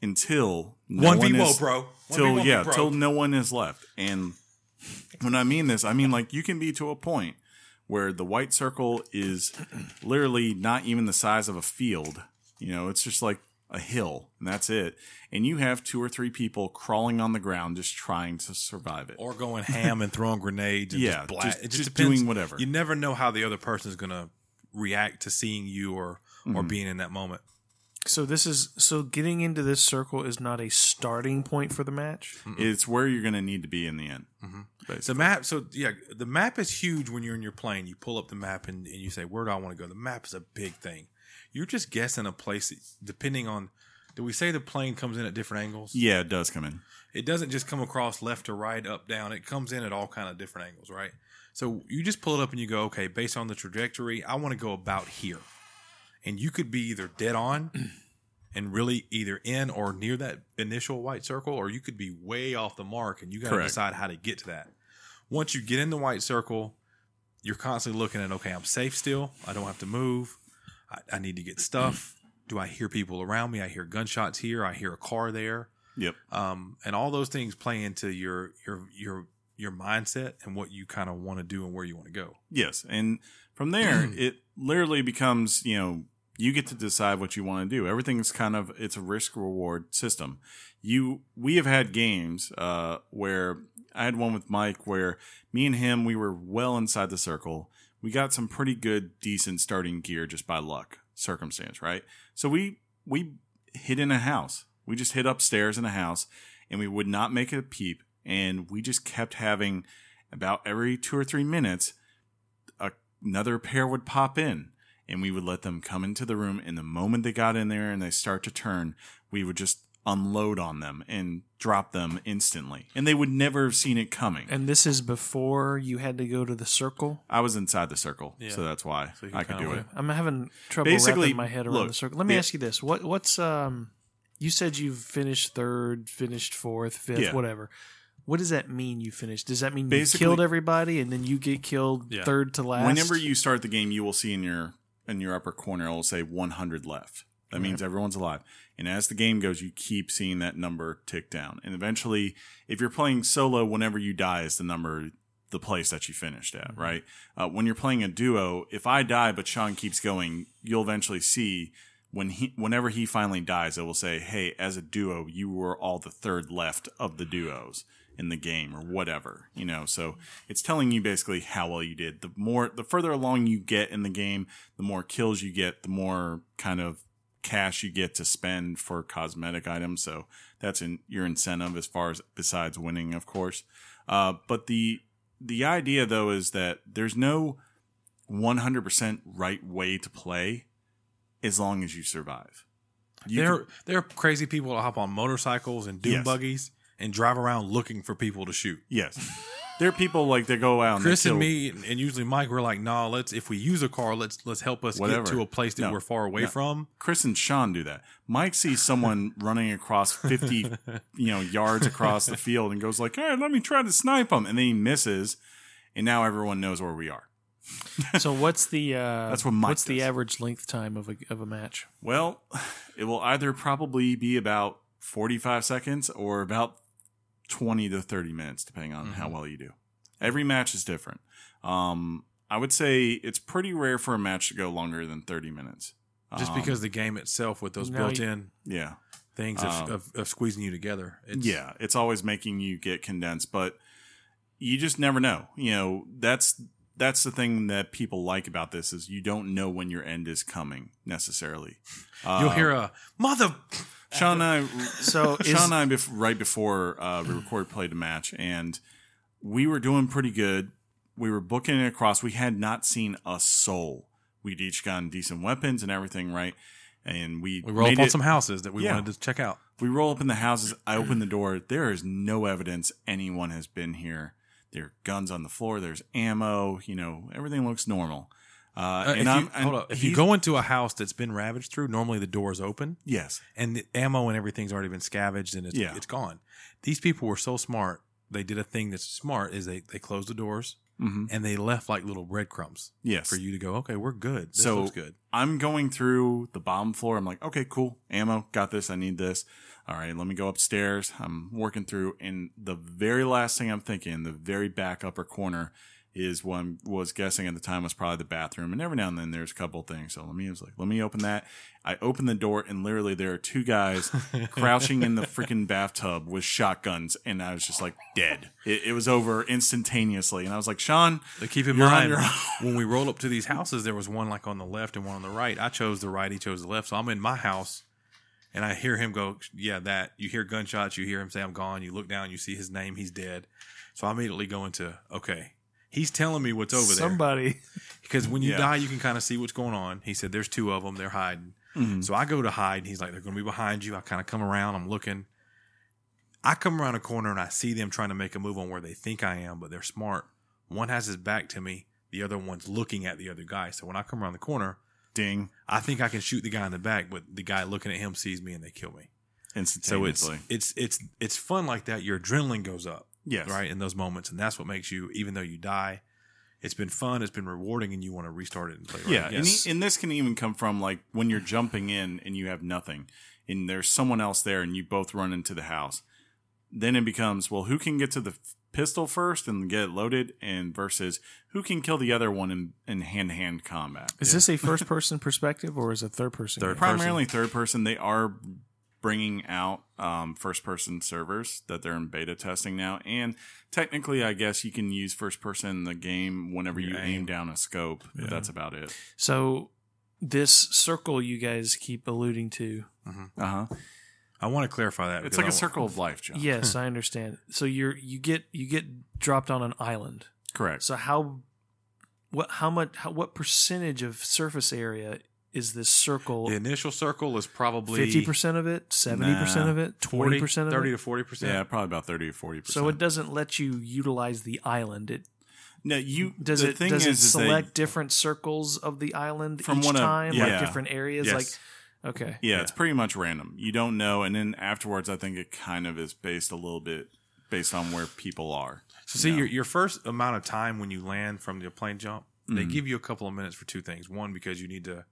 Speaker 2: until no
Speaker 3: one v
Speaker 2: one
Speaker 3: one
Speaker 2: is-
Speaker 3: bro
Speaker 2: Till yeah,
Speaker 3: bro.
Speaker 2: till no one is left. And when I mean this, I mean like you can be to a point where the white circle is literally not even the size of a field. You know, it's just like a hill, and that's it. And you have two or three people crawling on the ground just trying to survive it.
Speaker 3: or going ham and throwing grenades and
Speaker 2: Yeah,
Speaker 3: just, bla-
Speaker 2: just-
Speaker 3: it
Speaker 2: just
Speaker 3: depends.
Speaker 2: doing whatever.
Speaker 3: You never know how the other person is going to react to seeing you or or
Speaker 2: Mm-hmm.
Speaker 3: being in that moment.
Speaker 4: So this is so getting into this circle is not a starting point for the match.
Speaker 2: It's where you're going to need to be in the end.
Speaker 3: The map, so yeah, the map is huge when you're in your plane. You pull up the map and, and you say, "Where do I want to go?" The map is a big thing. You're just guessing a place depending on. Do we say the plane comes in at different angles?
Speaker 2: Yeah, it does come in.
Speaker 3: it doesn't just come across left to right, up, down. It comes in at all kind of different angles, right? So you just pull it up and you go, okay, based on the trajectory, I want to go about here. And you could be either dead on and really either in or near that initial white circle, or you could be way off the mark and you got to
Speaker 2: Correct.
Speaker 3: decide how to get to that. Once you get in the white circle, you're constantly looking at, okay, I'm safe still. I don't have to move. I, I need to get stuff. Do I hear people around me? I hear gunshots here. I hear a car there
Speaker 2: Yep.
Speaker 3: um, and all those things play into your your your your mindset and what you kind of want to do and where you want to go.
Speaker 2: Yes, and from there it literally becomes you know you get to decide what you want to do. Everything's kind of it's a risk reward system. You we have had games uh, where I had one with Mike where me and him we were well inside the circle. We got some pretty good decent starting gear just by luck circumstance, right? So we we hid in a house. We just hid upstairs in a house, and we would not make a peep. And we just kept having about every two or three minutes another pair would pop in and we would let them come into the room and the moment they got in there and they start to turn we would just unload on them and drop them instantly and they would never have seen it coming
Speaker 4: And this is before you had to go to the circle.
Speaker 2: i was inside the circle so that's why
Speaker 3: you
Speaker 2: i could
Speaker 3: kinda
Speaker 2: do it
Speaker 3: went-
Speaker 4: I'm having trouble
Speaker 2: Basically,
Speaker 4: wrapping my head around
Speaker 2: look,
Speaker 4: the circle. Let me
Speaker 2: the-
Speaker 4: ask you this: what what's um, you said you finished third, finished fourth, fifth,
Speaker 2: Yeah.
Speaker 4: whatever. What does that mean? You finished? Does that mean you
Speaker 2: Basically-
Speaker 4: killed everybody and then you get killed
Speaker 3: Yeah.
Speaker 4: third to last?
Speaker 2: whenever you start the game you will see in your in your upper corner it'll say 100 left that means everyone's alive and as the game goes you keep seeing that number tick down and eventually if you're playing solo whenever you die is the number the place that you finished at
Speaker 3: Mm-hmm.
Speaker 2: right uh, when you're playing a duo if i die but sean keeps going you'll eventually see when he whenever he finally dies it will say hey as a duo you were all the third left of the duos in the game or whatever you know so it's telling you basically how well you did the more the further along you get in the game the more kills you get the more kind of cash you get to spend for cosmetic items so that's in your incentive as far as besides winning of course uh, but the the idea though is that there's no 100% right way to play as long as you survive You
Speaker 3: there
Speaker 2: can-
Speaker 3: there are crazy people that hop on motorcycles and dune
Speaker 2: Yes.
Speaker 3: buggies and drive around looking for people to shoot.
Speaker 2: yes there are people like they go out and they
Speaker 3: Chris
Speaker 2: kill-
Speaker 3: and me and usually Mike were like, "Nah, let's if we use a car, let's let's help us
Speaker 2: Whatever.
Speaker 3: get to a place that
Speaker 2: No.
Speaker 3: we're far away
Speaker 2: No.
Speaker 3: from."
Speaker 2: Chris and Sean do that. Mike sees someone running across 50, you know, yards across the field and goes like, "Hey, let me try to snipe him." And then he misses, and now everyone knows where we are.
Speaker 4: so what's the uh,
Speaker 2: That's what Mike
Speaker 4: what's the
Speaker 2: does.
Speaker 4: average length time of a of a match?
Speaker 2: Well, it will either probably be about 45 seconds or about 20 to 30 minutes depending on
Speaker 3: Mm-hmm.
Speaker 2: how well you do. Every match is different. Um I would say it's pretty rare for a match to go longer than 30 minutes.
Speaker 3: Just
Speaker 2: Um,
Speaker 3: because the game itself with those
Speaker 4: now you-
Speaker 3: built-in
Speaker 2: yeah.
Speaker 3: things of,
Speaker 2: Um,
Speaker 3: of, of squeezing you together. It's,
Speaker 2: yeah, it's always making you get condensed, but you just never know. You know, that's that's the thing that people like about this is you don't know when your end is coming necessarily. Uh,
Speaker 3: you'll hear a mother.
Speaker 2: Sean and I
Speaker 4: So is,
Speaker 2: Sean and I bef- right before uh, we recorded played a match, and we were doing pretty good. We were booking it across. We had not seen a soul. We'd each gotten decent weapons and everything, right? And we
Speaker 3: We roll
Speaker 2: made
Speaker 3: up on
Speaker 2: it-
Speaker 3: some houses that we
Speaker 2: Yeah.
Speaker 3: wanted to check out.
Speaker 2: we roll up in the houses. I open the door. There is no evidence anyone has been here. There are guns on the floor. There's ammo. You know, everything looks normal. Uh,
Speaker 3: Uh,
Speaker 2: and
Speaker 3: if
Speaker 2: I'm,
Speaker 3: you,
Speaker 2: and
Speaker 3: hold up. If you
Speaker 2: he-
Speaker 3: go into a house that's been ravaged through, normally the door's open
Speaker 2: yes,
Speaker 3: and the ammo and everything's already been scavenged and it's,
Speaker 2: Yeah.
Speaker 3: it's gone. These people were so smart. They did a thing that's smart is they, they closed the doors
Speaker 2: hmm
Speaker 3: and they left like little breadcrumbs
Speaker 2: yes,
Speaker 3: Mm-hmm. for you to go, okay, we're good. This
Speaker 2: So-
Speaker 3: looks good.
Speaker 2: I'm going through the bottom floor. I'm like, okay, cool. Ammo, got this. I need this. All right, let me go upstairs. I'm working through. And the very last thing I'm thinking, the very back upper corner, is what I was guessing at the time was probably the bathroom. And every now and then there's a couple things. So let me I was like, let me open that. I open the door and literally there are two guys crouching in the freaking bathtub with shotguns. And I was just like dead. It, it was over instantaneously. And I was like, Sean,
Speaker 3: But keep in
Speaker 2: You're on
Speaker 3: mind,
Speaker 2: your own.
Speaker 3: when we roll up to these houses, there was one like on the left and one on the right. I chose the right, he chose the left. So I'm in my house and I hear him go, Yeah, that. You hear gunshots, you hear him say, I'm gone. You look down, you see his name, he's dead. So I immediately go into, Okay, he's telling me what's over there.
Speaker 4: Somebody.
Speaker 3: Because when you
Speaker 2: Yeah.
Speaker 3: die, you can kind of see what's going on. He said, There's two of them. They're hiding. So I go to hide, and he's like, They're going to be behind you. I kind of come around. I'm looking. I come around a corner, and I see them trying to make a move on where they think I am, but they're smart. One has his back to me, the other one's looking at the other guy. So when I come around the corner,
Speaker 2: ding,
Speaker 3: I think I can shoot the guy in the back, but the guy looking at him sees me and they kill me. So it's
Speaker 2: instantaneously.
Speaker 3: it's it's it's fun like that. Your adrenaline goes up
Speaker 2: yes.
Speaker 3: right in those moments and that's what makes you even though you die it's been fun it's been rewarding and you want to restart it and play right?
Speaker 2: Yeah, and,
Speaker 3: yes.
Speaker 2: he- and this can even come from like when you're jumping in and you have nothing, and there's someone else there, and you both run into the house. Then it becomes well, who can get to the f- pistol first and get it loaded, and versus who can kill the other one in in hand to hand combat.
Speaker 4: Is this a first person perspective or is it third person?
Speaker 3: Third
Speaker 4: game?
Speaker 2: primarily third person? They are bringing out um, first person servers that they're in beta testing now, and technically, I guess you can use first person in the game whenever you
Speaker 3: You
Speaker 2: aim
Speaker 3: aim.
Speaker 2: down a scope. But that's about it.
Speaker 4: So this circle you guys keep alluding to.
Speaker 2: Uh
Speaker 3: Uh-huh.
Speaker 2: huh.
Speaker 3: i want to clarify that
Speaker 2: It's
Speaker 3: because
Speaker 2: like a
Speaker 3: I wa-
Speaker 2: circle of life, John.
Speaker 4: Yes, I understand. So you're you get you get dropped on an island.
Speaker 2: Correct.
Speaker 4: So how what how much how, what percentage of surface area is this circle?
Speaker 3: the initial circle is probably
Speaker 4: Fifty percent of it, seventy percent
Speaker 2: Nah,
Speaker 4: of it,
Speaker 3: 40,
Speaker 4: twenty percent of
Speaker 3: 30
Speaker 4: it.
Speaker 3: to 40 percent
Speaker 2: Yeah, probably about thirty or forty percent.
Speaker 4: So it doesn't let you utilize the island. It
Speaker 2: no, you
Speaker 4: does
Speaker 2: the
Speaker 4: it
Speaker 2: thing
Speaker 4: does
Speaker 2: is,
Speaker 4: it
Speaker 2: is that-
Speaker 4: select different circles of the island
Speaker 2: From
Speaker 4: each
Speaker 2: what I'm-
Speaker 4: time,
Speaker 2: yeah.
Speaker 4: like different areas?
Speaker 3: Yes.
Speaker 4: Like okay,
Speaker 2: yeah, it's pretty much random. You don't know, and then afterwards, I think it kind of is based a little bit based on where people are.
Speaker 3: so see your, your first amount of time when you land from the plane jump they
Speaker 2: Mm-hmm.
Speaker 3: give you a couple of minutes for two things one because you need to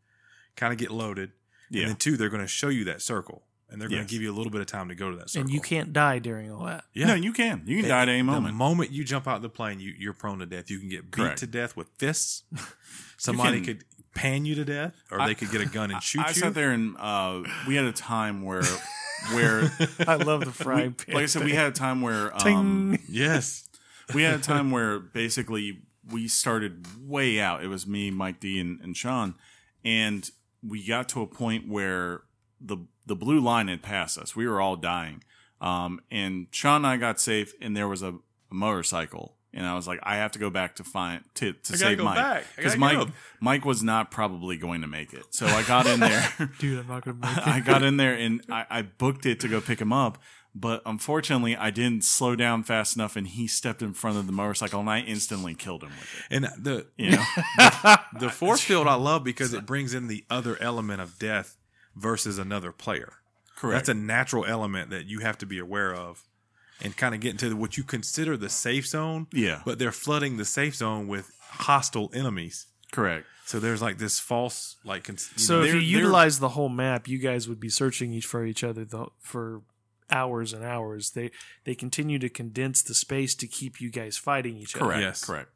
Speaker 3: kind of get loaded
Speaker 2: Yeah.
Speaker 3: and then two they're going to show you that circle and they're going
Speaker 2: Yes.
Speaker 3: to give you a little bit of time to go to that circle
Speaker 4: and you can't die during all that.
Speaker 3: yeah
Speaker 2: No, you can. You can die at any
Speaker 3: The
Speaker 2: moment.
Speaker 3: moment you jump out of the plane, you, you're prone to death. You can get beat
Speaker 2: Correct.
Speaker 3: to death with fists. Somebody
Speaker 2: can-
Speaker 3: could pan you to death, or
Speaker 2: I-
Speaker 3: they could get a gun and shoot
Speaker 2: I
Speaker 3: you.
Speaker 2: sat there and uh, we had a time where where
Speaker 4: I love the frying pan.
Speaker 2: like I said, we had a time where um,
Speaker 3: Yes.
Speaker 2: we had a time where basically we started way out. It was me, Mike D, and, and Sean, and we got to a point where the the blue line had passed us. We were all dying, um, and Sean and I got safe, and there was a, a motorcycle, and I was like, I have to go back to find to, to
Speaker 3: gotta
Speaker 2: save
Speaker 3: go
Speaker 2: Mike
Speaker 3: back. I
Speaker 2: because
Speaker 3: gotta
Speaker 2: Mike
Speaker 3: go.
Speaker 2: Mike was not probably going to make it. So I got in there.
Speaker 4: dude, I'm not gonna make it.
Speaker 2: I got in there and I, I booked it to go pick him up, but unfortunately I didn't slow down fast enough, and he stepped in front of the motorcycle, and I instantly killed him with it.
Speaker 3: And the
Speaker 2: You know,
Speaker 3: the force field I love because it brings in the other element of death versus another player.
Speaker 2: correct.
Speaker 3: That's a natural element that you have to be aware of and kind of get into what you consider the safe zone.
Speaker 2: Yeah.
Speaker 3: But they're flooding the safe zone with hostile enemies.
Speaker 2: correct.
Speaker 3: So there's like this false like cons- you
Speaker 4: So
Speaker 3: know,
Speaker 4: if you
Speaker 2: they're- they're-
Speaker 4: utilize the whole map, you guys would be searching each for each other the, for hours and hours. They they continue to condense the space to keep you guys fighting each
Speaker 2: Correct.
Speaker 3: Yes.
Speaker 2: Correct.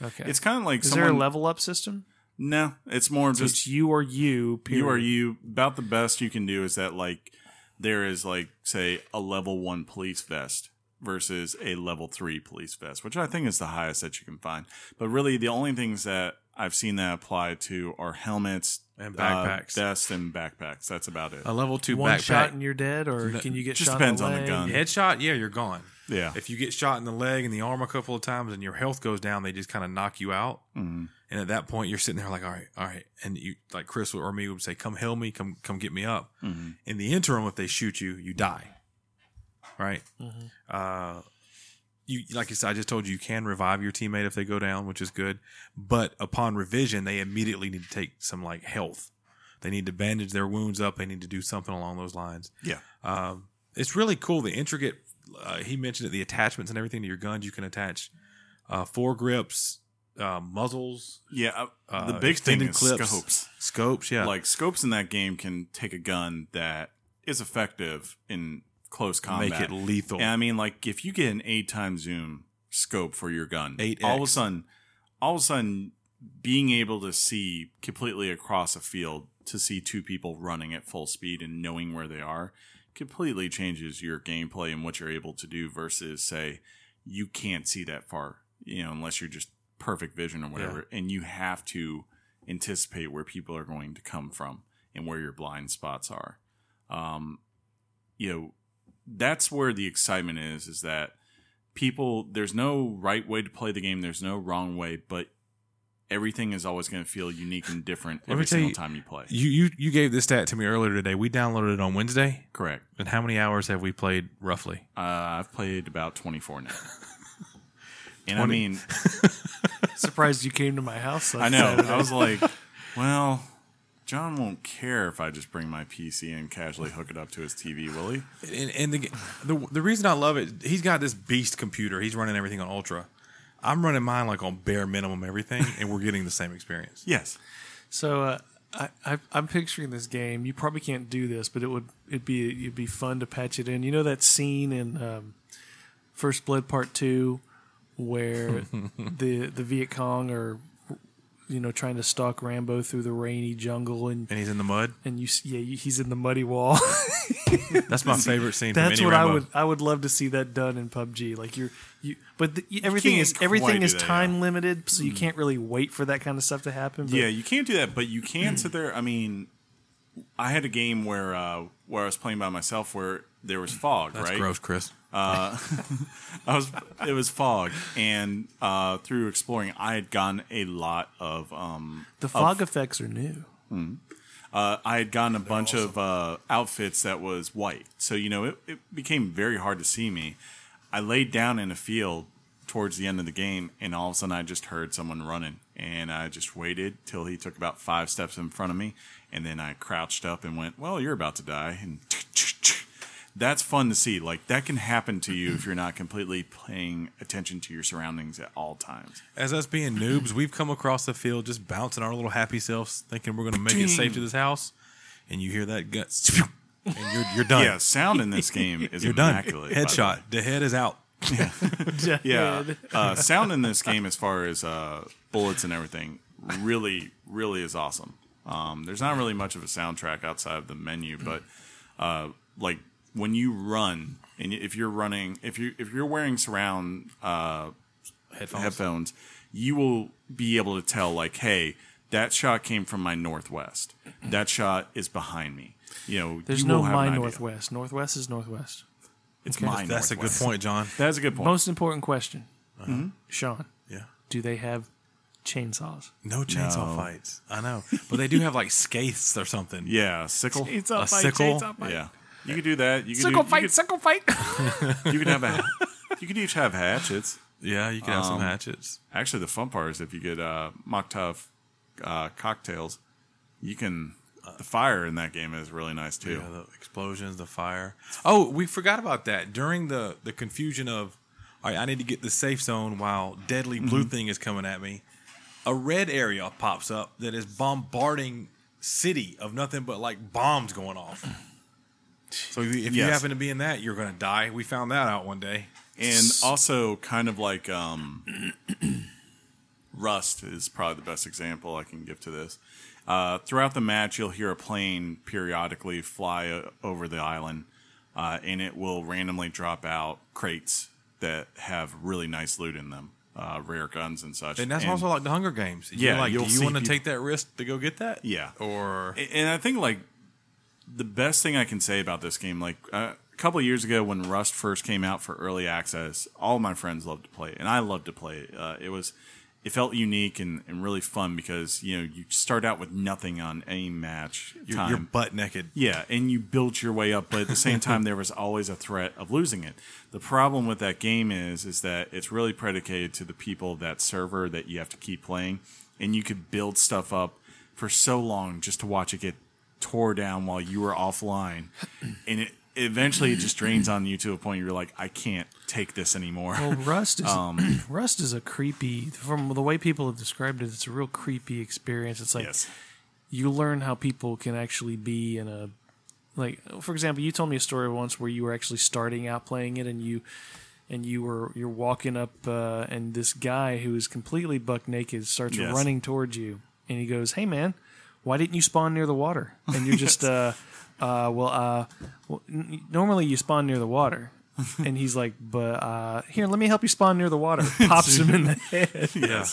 Speaker 4: other. Okay.
Speaker 2: It's kind of like
Speaker 4: Is
Speaker 2: someone.
Speaker 4: there a level up system?
Speaker 2: no, it's more of
Speaker 4: So
Speaker 2: just
Speaker 4: it's you or you. Period.
Speaker 2: you are you. About the best you can do is that like there is like say a level one police vest versus a level three police vest, which I think is the highest that you can find. But really, the only things that I've seen that apply to are helmets
Speaker 3: And
Speaker 2: uh,
Speaker 3: backpacks. Um,
Speaker 2: vests, and backpacks. That's about it.
Speaker 3: a level two
Speaker 4: one
Speaker 3: backpack.
Speaker 4: shot and you're dead, or can you get
Speaker 2: just
Speaker 4: shot?
Speaker 2: depends
Speaker 4: in
Speaker 2: on
Speaker 4: the
Speaker 2: the
Speaker 4: leg?
Speaker 2: gun.
Speaker 3: Headshot, yeah, you're gone.
Speaker 2: yeah,
Speaker 3: If you get shot in the leg and the arm a couple of times and your health goes down, they just kind of knock you out.
Speaker 2: Mhm.
Speaker 3: And at that point, you're sitting there like, all right, all right. And you, like Chris or me, would say, come help me, come, come get me up. In the interim, if they shoot you, you die. Right. Uh, you like I said, I just told you, you can revive your teammate if they go down, which is good. But upon revision, they immediately need to take some like health. They need to bandage their wounds up. They need to do something along those lines.
Speaker 2: yeah.
Speaker 3: Um, it's really cool. The intricate. Uh, he mentioned it. The attachments and everything to your guns. You can attach uh, foregrips, uh, muzzles,
Speaker 2: Yeah, uh,
Speaker 3: uh,
Speaker 2: the big thing
Speaker 3: extended
Speaker 2: is scopes.
Speaker 3: Scopes. Yeah.
Speaker 2: Like scopes in that game can take a gun that is effective in close combat,
Speaker 3: make it lethal.
Speaker 2: And I mean, like if you get an eight time zoom scope for your gun,
Speaker 3: 8X.
Speaker 2: all of a sudden all of a sudden being able to see completely across a field to see two people running at full speed and knowing where they are completely changes your gameplay and what you're able to do versus say you can't see that far you know unless you're just perfect vision or whatever and you have to anticipate where people are going to come from and where your blind spots are um you know that's where the excitement is is that people there's no right way to play the game there's no wrong way but everything is always going to feel unique and different
Speaker 3: Let me
Speaker 2: every
Speaker 3: tell
Speaker 2: single
Speaker 3: you-
Speaker 2: time you play
Speaker 3: You you you gave this stat to me earlier today. We downloaded it on Wednesday.
Speaker 2: correct
Speaker 3: And how many hours have we played roughly?
Speaker 2: uh, i've played about 24 now and i
Speaker 3: 20.
Speaker 2: mean
Speaker 4: Surprised you came to my house.
Speaker 2: i know i was like well john won't care if i just bring my pc and casually hook it up to his tv will he
Speaker 3: And, and the, g- the the reason I love it, he's got this beast computer. He's running everything on ultra. I'm running mine like on bare minimum everything, and we're getting the same experience.
Speaker 2: yes
Speaker 4: So uh, I, I, I'm picturing this game. You probably can't do this, but it would it'd be it'd be fun to patch it in. You know that scene in um, First Blood Part Two where the the Viet Cong are you know trying to stalk Rambo through the rainy jungle and.
Speaker 3: And he's in the mud.
Speaker 4: And you, s- yeah, you, he's in the muddy wall.
Speaker 3: That's my favorite scene.
Speaker 4: That's
Speaker 3: from any
Speaker 4: what
Speaker 3: Rambo.
Speaker 4: I would, I would love to see that done in PUBG. Like you're, you, but the, everything
Speaker 2: can't
Speaker 4: is
Speaker 2: quite
Speaker 4: everything
Speaker 2: do
Speaker 4: is
Speaker 2: that, yeah. Mm.
Speaker 4: time limited, so you can't really wait for that kind of stuff to happen. But
Speaker 2: Yeah, you can't do that, but you can sit there. I mean, I had a game where uh, where I was playing by myself where there was fog,
Speaker 3: That's
Speaker 2: right?
Speaker 3: gross, Chris.
Speaker 2: I was it was fog, and uh, through exploring, I had gotten a lot of um,
Speaker 4: the fog effects are new.
Speaker 2: uh, I had gotten a bunch of uh, outfits that was white, so you know it, it became very hard to see me. I laid down in a field towards the end of the game, and all of a sudden I just heard someone running, and I just waited till he took about five steps in front of me, and then I crouched up and went, "Well, you're about to die," and that's fun to see. Like that can happen to you if you're not completely paying attention to your surroundings at all times.
Speaker 3: As us being noobs, we've come across the field just bouncing our little happy selves, thinking we're going to make it safe to this house. And you hear that gun, and you're you're done.
Speaker 2: Yeah, sound in this game is
Speaker 3: you're done.
Speaker 2: immaculate. by the way.
Speaker 3: Headshot. The head is out.
Speaker 2: Yeah. uh, sound in this game, as far as uh, bullets and everything, really, really is awesome. Um, there's not really much of a soundtrack outside of the menu,
Speaker 4: Mm.
Speaker 2: but uh, like when you run, and if you're running, if you if you're wearing surround uh, headphones. you will be able to tell like, hey, that shot came from my northwest. That shot is behind me. You know,
Speaker 4: There's
Speaker 2: you
Speaker 4: no
Speaker 2: will have an
Speaker 4: my
Speaker 2: idea.
Speaker 4: northwest. Northwest is northwest.
Speaker 2: It's my
Speaker 3: That's a good
Speaker 2: northwest.
Speaker 3: point, John.
Speaker 2: That's a good point.
Speaker 4: Most important question, Sean:
Speaker 3: Yeah.
Speaker 4: Do they have chainsaws?
Speaker 3: No chainsaw
Speaker 2: No.
Speaker 3: fights. I know, but they do have like scathes or something.
Speaker 2: yeah, sickle.
Speaker 3: A fight, sickle? chainsaw
Speaker 2: Yeah. You could do that. You could do, you could,
Speaker 4: sickle fight.
Speaker 2: You could have a, you could each have hatchets.
Speaker 3: Yeah, you can have
Speaker 2: Um,
Speaker 3: some hatchets.
Speaker 2: Actually, the fun part is if you get uh, Moktav uh, cocktails, you can. The fire in that game is really nice too.
Speaker 3: Yeah, the explosions, the fire. Oh, we forgot about that during the the confusion of. All right, I need to get the safe zone while deadly blue
Speaker 2: Mm-hmm.
Speaker 3: thing is coming at me. A red area pops up that is bombarding city of nothing but like bombs going off. So if you- if you
Speaker 2: Yes.
Speaker 3: happen to be in that, you're going to die. We found that out one day.
Speaker 2: And also, kind of like um, Rust is probably the best example I can give to this. Uh, throughout the match, you'll hear a plane periodically fly uh, over the island, uh, and it will randomly drop out crates that have really nice loot in them, uh, rare guns and such.
Speaker 3: And that's also like the Hunger Games. You're
Speaker 2: Yeah,
Speaker 3: like, do
Speaker 2: you'll
Speaker 3: you
Speaker 2: see
Speaker 3: want to
Speaker 2: people-
Speaker 3: take that risk to go get that?
Speaker 2: Yeah.
Speaker 3: Or
Speaker 2: A- and I think like the best thing I can say about this game, like uh, a couple of years ago when Rust first came out for early access, all my friends loved to play it, and I loved to play it. Uh, it was it felt unique and, and really fun because you know you start out with nothing on any match
Speaker 3: you're,
Speaker 2: time.
Speaker 3: you're butt naked.
Speaker 2: Yeah, and you built your way up, but at the same time, there was always a threat of losing it. The problem with that game is, is that it's really predicated to the people of that server that you have to keep playing, and you could build stuff up for so long just to watch it get tore down while you were offline, and it eventually it just drains on you to a point where you're like, I can't take this anymore.
Speaker 4: Well, Rust is Rust is a creepy. From the way people have described it, it's a real creepy experience. It's like
Speaker 2: yes,
Speaker 4: you learn how people can actually be in a like for example you told me a story once where you were actually starting out playing it and you and you were you're walking up, uh, and this guy who is completely buck naked starts
Speaker 2: Yes.
Speaker 4: running towards you, and he goes, "Hey, man, why didn't you spawn near the water?" And you're just, uh, uh, well, uh, well, n- normally you spawn near the water. and he's like, but uh, here, let me help you spawn near the water. Pops him in the head.
Speaker 3: Yeah.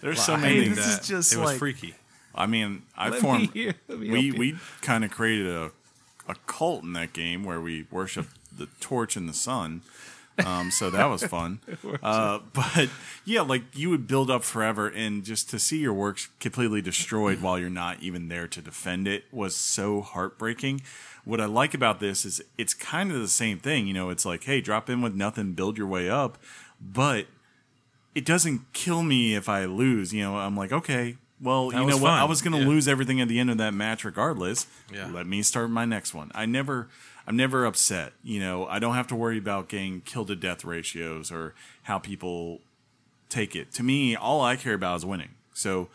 Speaker 2: There's
Speaker 3: Well,
Speaker 2: so
Speaker 3: I
Speaker 2: many.
Speaker 3: hated
Speaker 4: this is
Speaker 3: that.
Speaker 4: just
Speaker 3: it was
Speaker 4: like-
Speaker 3: freaky.
Speaker 2: I mean, I
Speaker 4: Let me
Speaker 2: formed.
Speaker 4: hear- let me
Speaker 2: we
Speaker 4: help you.
Speaker 2: we kind of created a a cult in that game where we worship the torch and the sun. Um, so that was fun. uh, but yeah, like you would build up forever, and just to see your works completely destroyed while you're not even there to defend it was so heartbreaking. What I like about this is it's kind of the same thing. You know, it's like, hey, drop in with nothing, build your way up, but it doesn't kill me if I lose. You know, I'm like, okay, well, you know
Speaker 3: was
Speaker 2: what?
Speaker 3: fun.
Speaker 2: I was going to
Speaker 3: Yeah.
Speaker 2: lose everything at the end of that match regardless.
Speaker 3: Yeah.
Speaker 2: Let me start my next one. I never, I'm never upset. You know, I don't have to worry about getting kill to death ratios or how people take it. To me, all I care about is winning. So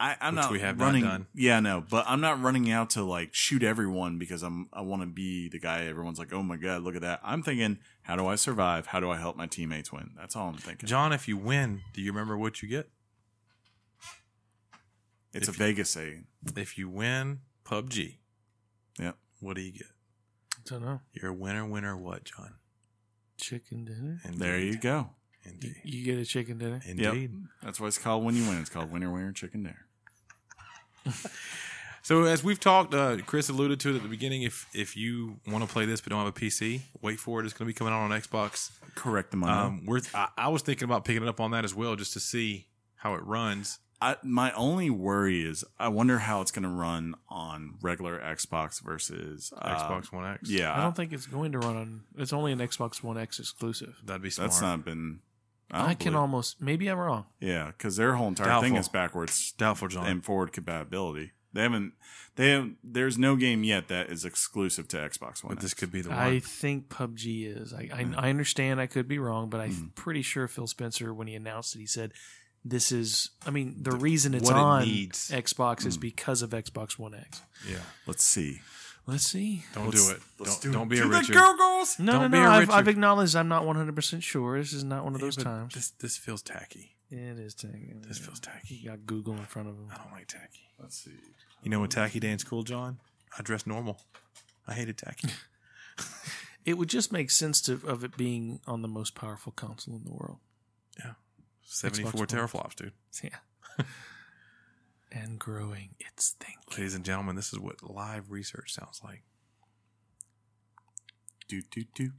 Speaker 2: I, I'm not
Speaker 3: we have not
Speaker 2: running.
Speaker 3: done.
Speaker 2: Yeah, no, but I'm not running out to like shoot everyone because I'm I want to be the guy everyone's like, oh my god, look at that. I'm thinking, how do I survive? How do I help my teammates win? That's all I'm thinking.
Speaker 3: John, if you win, do you remember what you get?
Speaker 2: It's a
Speaker 3: If
Speaker 2: Vegas saying.
Speaker 3: If you win PUBG,
Speaker 2: Yep.
Speaker 3: what do you get?
Speaker 4: don't know.
Speaker 3: You're a winner, winner what, John?
Speaker 4: Chicken dinner.
Speaker 3: Indeed.
Speaker 2: There you go.
Speaker 4: You,
Speaker 3: Indeed.
Speaker 4: you get a chicken dinner.
Speaker 3: Indeed.
Speaker 2: That's why it's called when you win. It's called winner winner chicken dinner.
Speaker 3: So as we've talked, uh, Chris alluded to it at the beginning. If if you want to play this but don't have a PC, wait for it. It's going to be coming out on Xbox.
Speaker 2: Correct the money.
Speaker 3: Um, we're I, I was thinking about picking it up on that as well, just to see how it runs.
Speaker 2: I, my only worry is I wonder how it's going to run on regular Xbox versus uh,
Speaker 3: Xbox One X.
Speaker 2: Yeah,
Speaker 4: I don't think it's going to run on. It's only an Xbox One X exclusive.
Speaker 3: that'd be smart.
Speaker 2: that's not been. I,
Speaker 4: I,
Speaker 2: don't
Speaker 4: can
Speaker 2: believe-
Speaker 4: almost. Maybe I'm wrong.
Speaker 2: Yeah, because their whole entire thing
Speaker 3: Doubtful.
Speaker 2: is backwards
Speaker 3: doubtful, John.
Speaker 2: and forward compatibility. They haven't. They have. There's no game yet that is exclusive to Xbox One.
Speaker 3: but this
Speaker 2: X.
Speaker 3: could be the one.
Speaker 4: I think PUBG is. I,
Speaker 3: Hmm.
Speaker 4: I, I understand I could be wrong, but I'm pretty sure Phil Spencer, when he announced it, he said, "This is." I mean, the, reason it's
Speaker 3: what it
Speaker 4: on
Speaker 3: needs. Hmm.
Speaker 4: Xbox is because of Xbox One X.
Speaker 3: yeah,
Speaker 2: Let's see.
Speaker 4: Let's see.
Speaker 3: don't
Speaker 2: Let's-
Speaker 3: do it.
Speaker 2: let's
Speaker 3: don't
Speaker 2: do it.
Speaker 3: don't be a
Speaker 2: To the
Speaker 3: Richard.
Speaker 2: Go-Go's!
Speaker 4: No,
Speaker 3: Don't be
Speaker 4: no,
Speaker 3: a
Speaker 4: no. I've,
Speaker 3: Richard.
Speaker 4: I've acknowledged I'm not 100 percent sure. This is not one of
Speaker 3: Yeah,
Speaker 4: those
Speaker 3: but
Speaker 4: times.
Speaker 3: This this feels tacky.
Speaker 4: it is tacky.
Speaker 3: This feels Oh. tacky.
Speaker 4: He got Google in front of him.
Speaker 3: I don't like tacky.
Speaker 2: Let's see.
Speaker 3: You know, when tacky day in school, John, I dressed normal. I hated tacky.
Speaker 4: It would just make sense to, of it being on the most powerful console in the world.
Speaker 3: Seventy four
Speaker 4: One.
Speaker 3: teraflops, dude.
Speaker 4: Yeah. and growing its thing.
Speaker 3: Ladies and gentlemen, this is what live research sounds like.
Speaker 2: Do do do.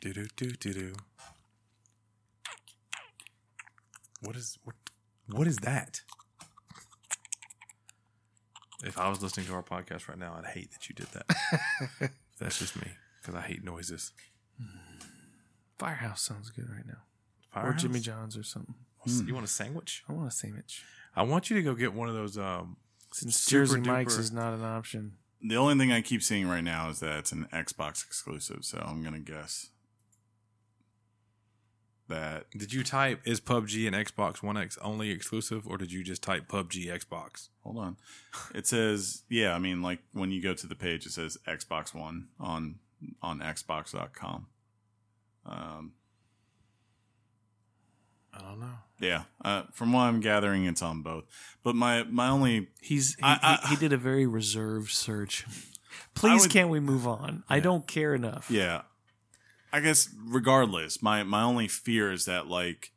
Speaker 3: Do do do do do. What is what? What is that? If I was listening to our podcast right now, I'd hate that you did that. That's just me because I hate noises.
Speaker 4: Firehouse sounds good right now. Or
Speaker 3: Firehouse?
Speaker 4: Jimmy John's or something.
Speaker 3: You want a sandwich?
Speaker 4: I want a sandwich.
Speaker 3: I want you to go get one of those. Um,
Speaker 4: Since
Speaker 3: Super
Speaker 4: Jersey Mike's
Speaker 3: duper-
Speaker 4: is not an option.
Speaker 2: The only thing I keep seeing right now is that it's an Xbox exclusive, so I'm gonna guess that
Speaker 3: did you type is PUBG and Xbox One X only exclusive, or did you just type PUBG Xbox?
Speaker 2: hold on. It says yeah, I mean like when you go to the page it says Xbox One on on Xbox.com. Um
Speaker 3: I don't know.
Speaker 2: yeah, uh, from what I'm gathering, it's on both. But my my only
Speaker 4: He's he,
Speaker 2: I- I-
Speaker 4: he, he did a very reserved search. Please,
Speaker 2: would-
Speaker 4: can't we move on? I don't care enough.
Speaker 2: Yeah. I guess regardless, my my only fear is that like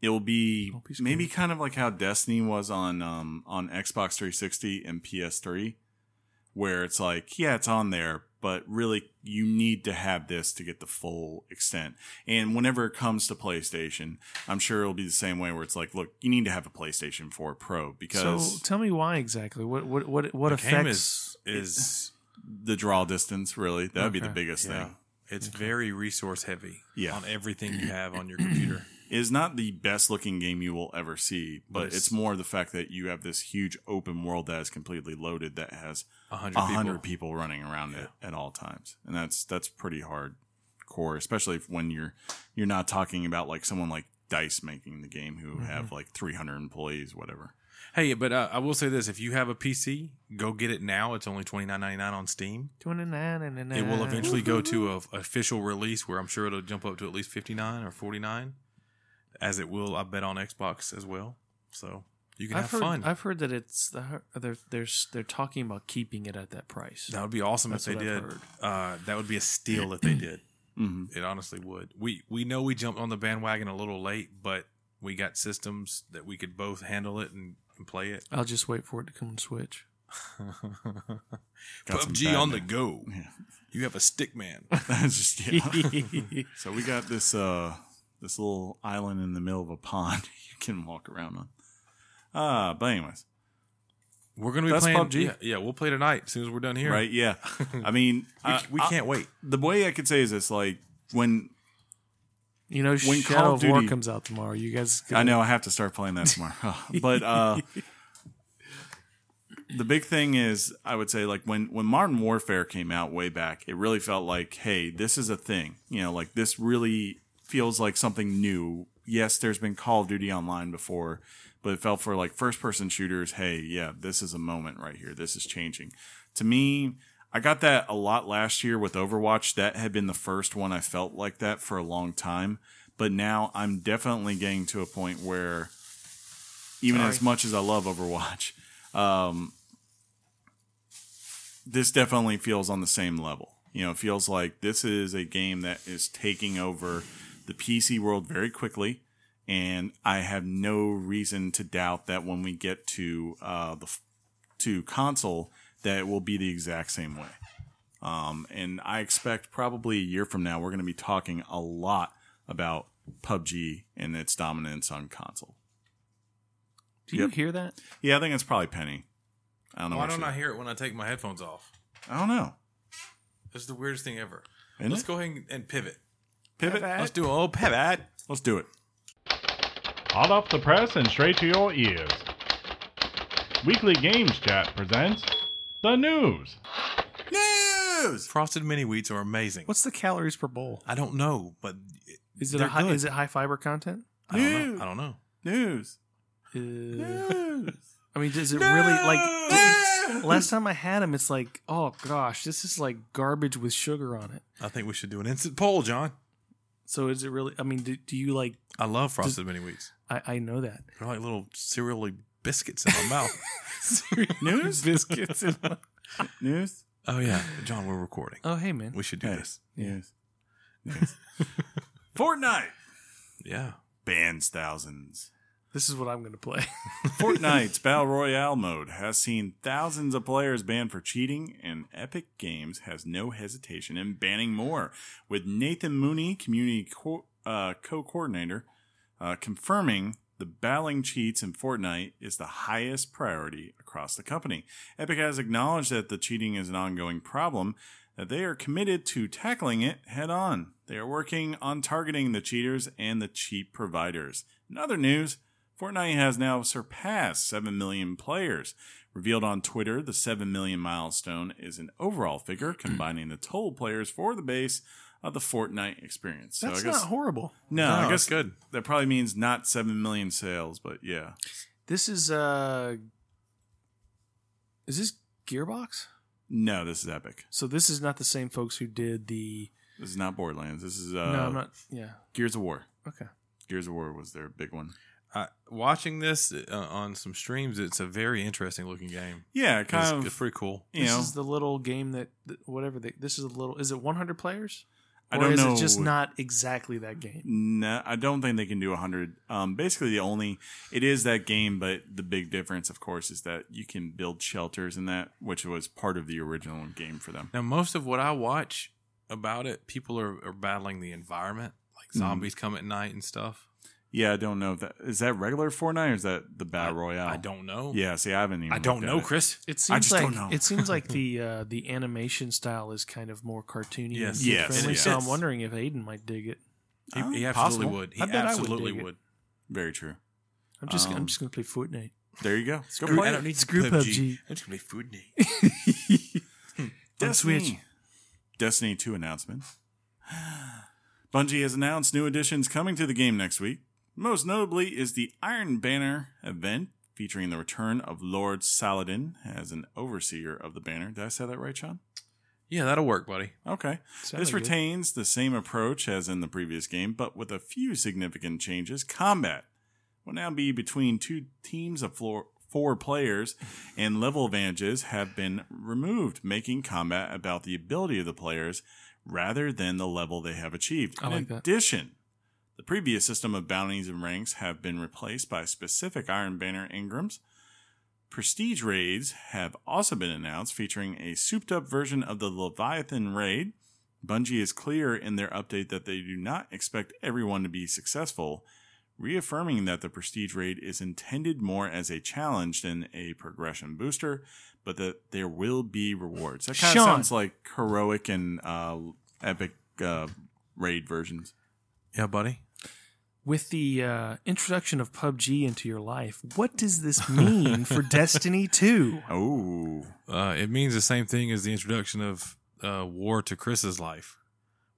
Speaker 2: it'll be
Speaker 4: Don't be scared.
Speaker 2: maybe kind of like how Destiny was on um on Xbox 360 and PS3 where it's like yeah, it's on there, but really you need to have this to get the full extent. And whenever it comes to PlayStation, I'm sure it'll be the same way where it's like look, you need to have a PlayStation 4 Pro
Speaker 4: So
Speaker 2: because
Speaker 4: tell me why exactly. What what what what
Speaker 3: the game
Speaker 4: affects?
Speaker 3: is is
Speaker 2: the draw distance really, that would be the
Speaker 4: Okay.
Speaker 2: biggest
Speaker 3: yeah,
Speaker 2: thing.
Speaker 3: it's very resource heavy.
Speaker 2: Yeah.
Speaker 3: on everything you have on your computer.
Speaker 2: is not the best looking game you will ever see, but
Speaker 3: Yes.
Speaker 2: it's more the fact that you have this huge open world that is completely loaded that has
Speaker 3: A hundred
Speaker 2: a
Speaker 3: people.
Speaker 2: hundred people running around it at all times, and that's that's pretty hardcore, especially if- when you're you're
Speaker 3: Mm-hmm.
Speaker 2: not talking about like someone like Dice making the game who have like 300 employees, whatever.
Speaker 3: Hey, but uh, I will say this: if you have a PC, go get it now. It's only twenty nine ninety nine on Steam. It will eventually go to a official release where I'm sure it'll jump up to at least 59 or 49, as it will, I bet, on Xbox as well. So you can
Speaker 4: I've
Speaker 3: have
Speaker 4: heard,
Speaker 3: fun.
Speaker 4: I've heard that it's they're they're they're talking about keeping it at that price.
Speaker 3: that would be awesome if
Speaker 4: That's
Speaker 3: they
Speaker 4: what I've
Speaker 3: did. Uh, that would be a steal if they did.
Speaker 2: Mm-hmm.
Speaker 3: It honestly would. We we know we jumped on the bandwagon a little late, but we got systems that we could both handle it and, and play it.
Speaker 4: I'll just wait for it to come on Switch.
Speaker 3: PUBG on the
Speaker 2: go.
Speaker 3: go.
Speaker 2: Yeah.
Speaker 3: You have a stick man.
Speaker 2: just yeah. so we got this uh this little island in the middle of a pond you can walk around on. Ah, but anyways,
Speaker 3: We're gonna be
Speaker 2: That's
Speaker 3: playing
Speaker 2: PUBG.
Speaker 3: Yeah, yeah, we'll play tonight as soon as we're done here.
Speaker 2: right? Yeah. I mean,
Speaker 3: We,
Speaker 2: I-
Speaker 3: we
Speaker 2: I-
Speaker 3: can't wait.
Speaker 2: the way I could say is this: like when
Speaker 4: You know,
Speaker 2: When Call
Speaker 4: Shadow
Speaker 2: of
Speaker 4: of War
Speaker 2: Duty-
Speaker 4: comes out tomorrow. You guys,
Speaker 2: I know I have to start playing that tomorrow. but uh, the big thing is, I would say, like when when Modern Warfare came out way back, it really felt like, hey, this is a thing. You know, like this really feels like something new. Yes, there's been Call of Duty Online before, but it felt for like first person shooters, hey, yeah, this is a moment right here. This is changing. To me, I got that a lot last year with Overwatch. That had been the first one I felt like that for a long time. But now I'm definitely getting to a point where, even as much as I love Overwatch, um, this definitely feels on the same level. You know, it feels like this is a game that is taking over the PC world very quickly. And I have no reason to doubt that when we get to uh, the f- to console, that it will be the exact same way. Um, and I expect probably a year from now, we're going to be talking a lot about PUBG and its dominance on console.
Speaker 4: do you
Speaker 2: Yep.
Speaker 4: hear that?
Speaker 2: Yeah, I think it's probably Penny. I don't know.
Speaker 3: Why
Speaker 2: what
Speaker 3: don't
Speaker 2: she-
Speaker 3: I hear it when I take my headphones off?
Speaker 2: I don't know.
Speaker 3: That's the weirdest thing ever.
Speaker 2: Isn't
Speaker 3: Let's
Speaker 2: it?
Speaker 3: go ahead and pivot.
Speaker 2: Pivot.
Speaker 3: Let's do a old pivot.
Speaker 2: Let's do it.
Speaker 5: Hot off the press and straight to your ears. Weekly Games Chat presents the news.
Speaker 2: News.
Speaker 3: Frosted mini wheats are amazing.
Speaker 4: What's the calories per bowl?
Speaker 3: I don't know, but
Speaker 4: Is it
Speaker 3: They're
Speaker 4: a high,
Speaker 3: good.
Speaker 4: is it high fiber content?
Speaker 3: I don't
Speaker 2: Dude.
Speaker 3: know. I don't know.
Speaker 2: News.
Speaker 4: Uh,
Speaker 2: News.
Speaker 4: I mean, is it really like?
Speaker 2: News.
Speaker 4: Last time I had them, it's like, oh gosh, this is like garbage with sugar on it.
Speaker 3: I think we should do an instant poll, John.
Speaker 4: So is it really? I mean, do, do you like?
Speaker 3: I love frosted mini wheats.
Speaker 4: I, I know that
Speaker 3: They're like little cereally biscuits in my mouth.
Speaker 2: News?
Speaker 4: biscuits. And,
Speaker 2: News.
Speaker 3: Oh yeah, John, we're recording.
Speaker 4: oh hey man,
Speaker 3: We should do
Speaker 2: Hey.
Speaker 3: this.
Speaker 2: News. News. Fortnite
Speaker 3: Yeah.
Speaker 2: bans thousands.
Speaker 4: this is what I'm gonna play.
Speaker 2: Fortnite's Battle Royale mode has seen thousands of players banned for cheating, and Epic Games has no hesitation in banning more. With Nathan Mooney, community co uh, coordinator, uh, confirming the battling cheats in Fortnite is the highest priority across the company. Epic has acknowledged that the cheating is an ongoing problem, that they are committed to tackling it head on. They are working on targeting the cheaters and the cheat providers. In other news, Fortnite has now surpassed 7 million players. Revealed on Twitter, the 7 million milestone is an overall figure combining the total players for the base of the Fortnite experience. So
Speaker 4: That's
Speaker 2: I guess
Speaker 4: not horrible.
Speaker 2: no,
Speaker 3: No,
Speaker 2: I
Speaker 3: that's
Speaker 2: guess
Speaker 3: good.
Speaker 2: That probably means not seven million sales, but yeah,
Speaker 4: This is uh, is this Gearbox?
Speaker 2: no, this is epic.
Speaker 4: So this is not the same folks who did the.
Speaker 2: This is not Borderlands. This is uh,
Speaker 4: no, I'm not. Yeah.
Speaker 2: Gears of War.
Speaker 4: Okay.
Speaker 2: Gears of War was their big one.
Speaker 3: I, watching this uh, on some streams, it's a very interesting looking game.
Speaker 2: Yeah,
Speaker 3: It's,
Speaker 2: kind
Speaker 3: it's
Speaker 2: of.
Speaker 3: pretty cool.
Speaker 2: You
Speaker 4: this
Speaker 2: know,
Speaker 4: is the little game that th- whatever. They, this is a little. Is it 100 players?
Speaker 2: I
Speaker 4: or
Speaker 2: don't
Speaker 4: is
Speaker 2: know.
Speaker 4: it just not exactly that game?
Speaker 2: No, I don't think they can do 100. Um, basically, the only it is that game, but the big difference, of course, is that you can build shelters in that, which was part of the original game for them.
Speaker 3: Now, most of what I watch about it, people are, are battling the environment, like
Speaker 2: Mhm.
Speaker 3: zombies come at night and stuff.
Speaker 2: Yeah, I don't know if that is that regular Fortnite or is that the Battle Royale.
Speaker 3: I don't know.
Speaker 2: Oh. Yeah, see, I haven't even.
Speaker 3: I don't
Speaker 2: looked at
Speaker 3: know,
Speaker 2: it.
Speaker 3: Chris.
Speaker 4: It
Speaker 2: I
Speaker 4: seems
Speaker 2: just
Speaker 4: like
Speaker 2: don't know.
Speaker 4: it seems like the uh, the animation style is kind of more cartoony.
Speaker 3: Yes.
Speaker 4: and kid
Speaker 2: Yes,
Speaker 4: friendly,
Speaker 3: it
Speaker 4: So
Speaker 2: is.
Speaker 4: I'm wondering if Aiden might dig it.
Speaker 3: He,
Speaker 2: Oh,
Speaker 3: he absolutely
Speaker 2: possible.
Speaker 3: would. He
Speaker 4: I bet I would
Speaker 3: absolutely
Speaker 4: dig it.
Speaker 3: would.
Speaker 2: Very true.
Speaker 4: I'm just
Speaker 2: Um,
Speaker 4: I'm just gonna play Fortnite.
Speaker 2: There you go. Go
Speaker 3: Screw-
Speaker 2: play
Speaker 3: I
Speaker 2: it.
Speaker 3: don't need
Speaker 4: Screw PUBG.
Speaker 3: I'm just gonna be food Nick.
Speaker 4: On Switch.
Speaker 2: Destiny 2 announcements. Bungie has announced new additions coming to the game next week. Most notably is the Iron Banner event featuring the return of Lord Saladin as an overseer of the banner. Did I say that right, Sean?
Speaker 3: Yeah, that'll work, buddy.
Speaker 2: Okay.
Speaker 4: Sounded
Speaker 2: this
Speaker 4: good.
Speaker 2: retains the same approach as in the previous game, but with a few significant changes. Combat will now be between two teams of floor, four players, and level advantages have been removed, making combat about the ability of the players rather than the level they have achieved.
Speaker 4: I
Speaker 2: in
Speaker 4: like that.
Speaker 2: addition, the previous system of bounties and ranks have been replaced by specific Iron Banner Ingrams. Prestige raids have also been announced, featuring a souped up version of the Leviathan raid. Bungie is clear in their update that they do not expect everyone to be successful, reaffirming that the Prestige raid is intended more as a challenge than a progression booster, but that there will be rewards. That kind of
Speaker 4: Sean.
Speaker 2: sounds like heroic and uh, epic uh, raid versions.
Speaker 3: Yeah, buddy.
Speaker 4: With the uh, introduction of PUBG into your life, what does this mean for Destiny 2?
Speaker 2: Oh,
Speaker 3: Uh, it means the same thing as the introduction of uh, war to Chris's life.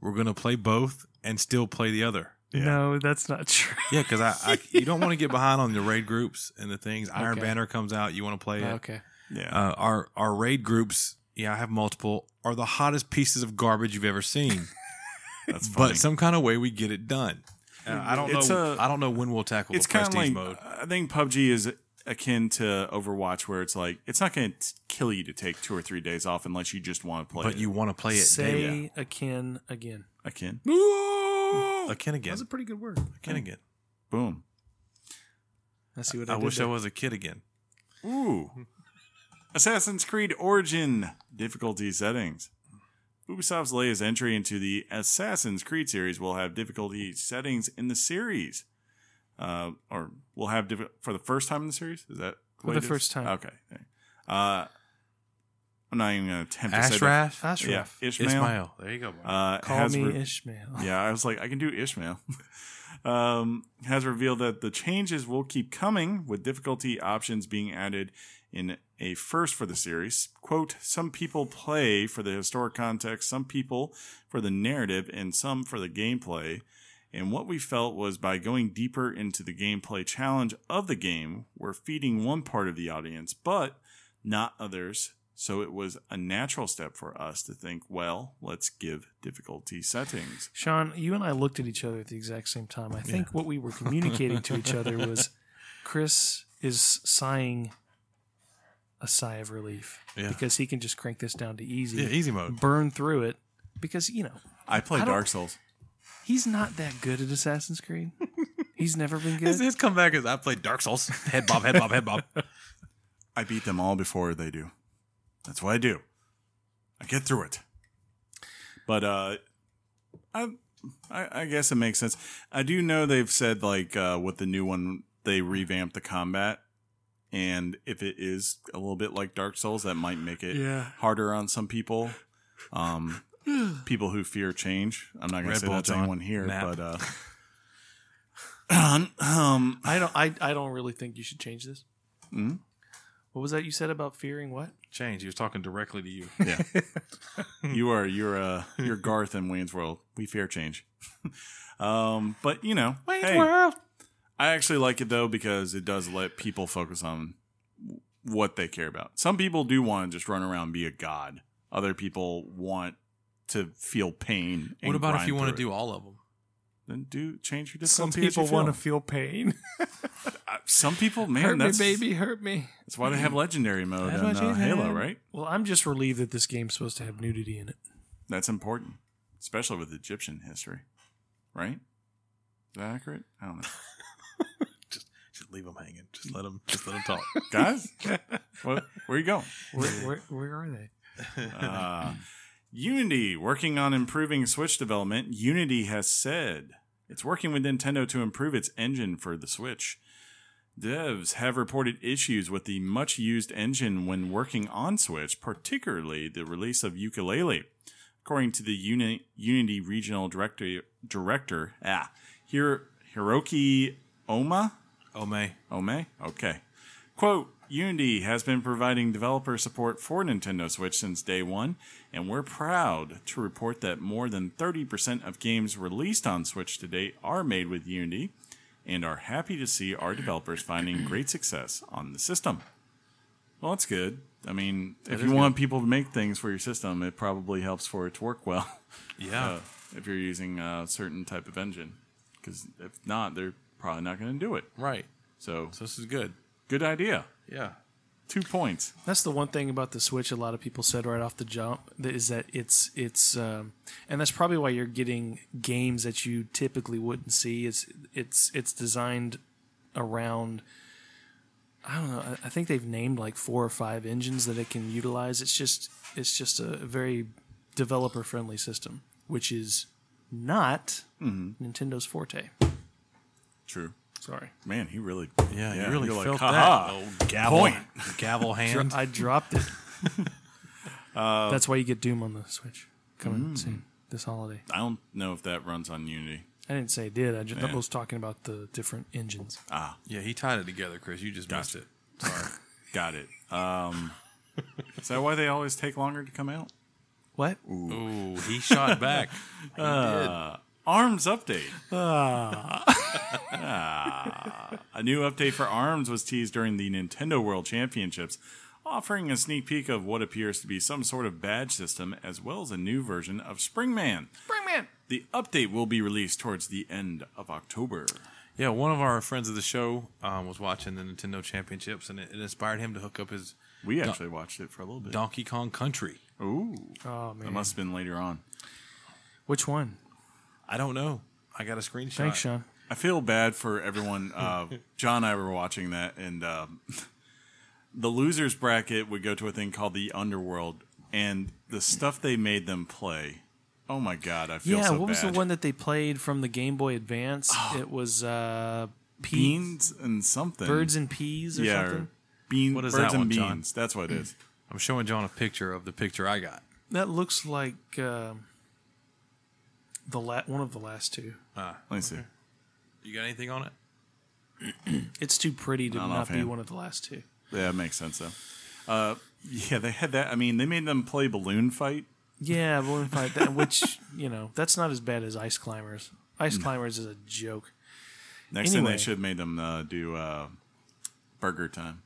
Speaker 3: We're gonna play both and still play the other.
Speaker 4: No, that's not true.
Speaker 3: Yeah, because I, I you don't want to get behind on the raid groups and the things. Iron
Speaker 4: Okay.
Speaker 3: Banner comes out, you want to play it.
Speaker 4: Okay.
Speaker 2: yeah.
Speaker 3: Uh, our our raid groups, yeah, I have multiple, are the hottest pieces of garbage you've ever seen.
Speaker 2: That's funny.
Speaker 3: but some kind of way we get it done. Uh, I don't
Speaker 2: It's
Speaker 3: know.
Speaker 2: a-
Speaker 3: I I don't know when we'll tackle
Speaker 2: it's
Speaker 3: the
Speaker 2: kind of
Speaker 3: prestige
Speaker 2: like
Speaker 3: mode.
Speaker 2: I think PUBG is akin to Overwatch, where it's like it's not going to kill you to take two or three days off unless you just want to play.
Speaker 3: But
Speaker 2: it.
Speaker 3: you want to play it
Speaker 4: Say
Speaker 3: daily.
Speaker 4: akin again.
Speaker 2: akin,
Speaker 3: Akin again.
Speaker 4: That's a pretty good word.
Speaker 3: Akin again.
Speaker 2: boom.
Speaker 4: I see what I,
Speaker 3: I
Speaker 4: did
Speaker 3: wish I
Speaker 4: there.
Speaker 3: was a kid again.
Speaker 2: Ooh, Assassin's Creed Origin difficulty settings. Ubisoft's latest entry into the Assassin's Creed series will have difficulty settings in the series, uh, or will have diff- for the first time in the series. Is that
Speaker 4: For the
Speaker 2: way it is?
Speaker 4: first time.
Speaker 2: Okay. Uh, I'm not even going to attempt to say that.
Speaker 3: Ashraf.
Speaker 2: Yeah,
Speaker 4: Ashraf.
Speaker 2: Ishmael.
Speaker 3: Ismail. There you go. Mark.
Speaker 2: Uh,
Speaker 4: Call
Speaker 2: has
Speaker 4: me
Speaker 2: re-
Speaker 4: Ishmael.
Speaker 2: yeah, I was like, I can do Ishmael. um, has revealed that the changes will keep coming, with difficulty options being added in a first for the series. Quote, some people play for the historic context, some people for the narrative, and some for the gameplay. And what we felt was by going deeper into the gameplay challenge of the game, we're feeding one part of the audience, but not others. So it was a natural step for us to think, well, let's give difficulty settings.
Speaker 4: Sean, you and I looked at each other at the exact same time. I think what we were communicating to each other was Chris is sighing a sigh of relief
Speaker 3: Yeah.
Speaker 4: because he can just crank this down to easy,
Speaker 3: yeah, easy mode.
Speaker 4: burn through it because, you know,
Speaker 2: I play
Speaker 4: I don't-
Speaker 2: Dark Souls.
Speaker 4: he's not that good at Assassin's Creed. He's never been
Speaker 3: His,
Speaker 4: good.
Speaker 3: his comeback is I played Dark Souls. Head bob, head bob, head bob.
Speaker 2: I beat them all before they do. That's what I do. I get through it. But uh, I, I, I guess it makes sense. I do know they've said like uh, with the new one they revamped the combat, and if it is a little bit like Dark Souls, that might make it
Speaker 4: Yeah.
Speaker 2: harder on some people. Um, people who fear change. I'm not going to
Speaker 3: Red
Speaker 2: say
Speaker 3: Bull,
Speaker 2: that's
Speaker 3: John.
Speaker 2: anyone here,
Speaker 3: Nap.
Speaker 2: but uh, um,
Speaker 4: I don't I, I don't really think you should change this.
Speaker 3: Hmm?
Speaker 2: Mm.
Speaker 4: What was that you said about fearing what?
Speaker 3: Change. He was talking directly to you.
Speaker 2: Yeah. you are you're uh you're Garth in Wayne's World. We fear change. um but you know hey,
Speaker 3: World.
Speaker 2: I actually like it though because it does let people focus on what they care about. Some people do want to just run around and be a god. Other people want to feel pain.
Speaker 3: What about if you want to do all of them?
Speaker 2: Then do change your
Speaker 4: Some
Speaker 2: difficulty.
Speaker 4: people want to feel pain.
Speaker 2: to. Some people, man,
Speaker 4: hurt me,
Speaker 2: that's
Speaker 4: baby, hurt me.
Speaker 2: That's why they have legendary mode
Speaker 3: That's
Speaker 2: in
Speaker 3: what you
Speaker 2: uh, Halo,
Speaker 3: had.
Speaker 2: right?
Speaker 4: Well, I'm just relieved that this game's supposed to have nudity in it.
Speaker 2: That's important, especially with Egyptian history, right? Is that accurate? I don't know.
Speaker 3: Just leave them hanging. Just let them. Just let them talk.
Speaker 2: Guys, what, where you going?
Speaker 4: Where, where, where are they?
Speaker 2: Uh, Unity, working on improving Switch development, Unity has said it's working with Nintendo to improve its engine for the Switch. Devs have reported issues with the much used engine when working on Switch, particularly the release of Ukulele. According to the Uni- Unity Regional Director, director ah, Hiro- Hiroki Oma,
Speaker 3: oh May.
Speaker 2: Ome? Okay. Quote Unity has been providing developer support for Nintendo Switch since day one, and we're proud to report that more than 30% of games released on Switch to date are made with Unity. and are happy to see our developers finding great success on the system. Well, that's good. I mean, if you want people to make things for your system, it probably helps for it to work well
Speaker 3: Yeah.
Speaker 2: uh, if you're using a certain type of engine. Because if not, they're probably not going to do it.
Speaker 3: right.
Speaker 2: So,
Speaker 3: So this is good.
Speaker 2: good idea.
Speaker 3: Yeah.
Speaker 2: Two points.
Speaker 4: That's the one thing about the Switch. A lot of people said right off the jump that is that it's it's, um, and that's probably why you're getting games that you typically wouldn't see. It's it's it's designed around. I don't know. I- I think they've named like four or five engines that it can utilize. It's just it's just a very developer friendly system, which is not
Speaker 2: Mm-hmm.
Speaker 4: Nintendo's forte.
Speaker 2: True.
Speaker 4: Sorry,
Speaker 2: Man, he really,
Speaker 3: Yeah, you really felt
Speaker 2: "Ha
Speaker 3: that.
Speaker 2: ha."
Speaker 3: old gavel,
Speaker 2: Point.
Speaker 3: Oh, gavel
Speaker 4: Dro-
Speaker 3: hand.
Speaker 4: I dropped it. That's why you get Doom on the Switch coming
Speaker 2: Mm.
Speaker 4: soon this holiday.
Speaker 2: I don't know if that runs on Unity.
Speaker 4: I didn't say it did. I just I was talking about the different engines.
Speaker 3: Yeah, he tied it together, Chris. You just missed it.
Speaker 2: Got it. Um, is that why they always take longer to come out?
Speaker 4: What?
Speaker 3: Ooh, he shot back.
Speaker 2: Arms update. Ah. A new update for Arms was teased during the Nintendo World Championships, offering a sneak peek of what appears to be some sort of badge system as well as a new version of Springman.
Speaker 4: Springman.
Speaker 2: The update will be released towards the end of October.
Speaker 3: Yeah, one of our friends of the show um, was watching the Nintendo Championships, and it, it inspired him to hook up his
Speaker 2: We actually watched it for a little bit.
Speaker 3: Donkey Kong Country.
Speaker 2: Ooh.
Speaker 4: Oh
Speaker 2: That
Speaker 4: man.
Speaker 2: must have been later on.
Speaker 4: Which one?
Speaker 3: I don't know. I got a screenshot.
Speaker 4: Thanks, Sean.
Speaker 2: I feel bad for everyone. Uh, John and I were watching that, and um, the losers bracket would go to a thing called the Underworld, and the stuff they made them play. Oh my god, I feel
Speaker 4: Yeah.
Speaker 2: so
Speaker 4: what was
Speaker 2: bad. Oh.
Speaker 4: the one that they played from the Game Boy Advance? It was uh, peas,
Speaker 2: Beans and something.
Speaker 4: birds and peas, or
Speaker 2: yeah,
Speaker 4: something.
Speaker 2: bean.
Speaker 3: What is
Speaker 2: birds
Speaker 3: that
Speaker 2: and
Speaker 3: one,
Speaker 2: beans.
Speaker 3: John?
Speaker 2: That's what it is.
Speaker 3: I'm showing John a picture of the picture I got.
Speaker 4: That looks like uh, the la- one of the last two.
Speaker 2: Let me see.
Speaker 3: You got anything on it?
Speaker 4: It's too pretty to
Speaker 2: Not
Speaker 4: not, be
Speaker 2: offhand.
Speaker 4: one of the last two.
Speaker 2: Yeah, it makes sense though. Uh, yeah, they had that. I mean, they made them play balloon fight.
Speaker 4: Yeah, balloon fight. That, which you know, that's not as bad as ice climbers. Ice
Speaker 3: Mm.
Speaker 4: climbers is a joke.
Speaker 2: Next thing
Speaker 4: Anyway.
Speaker 2: they should have made them uh, do uh, burger time.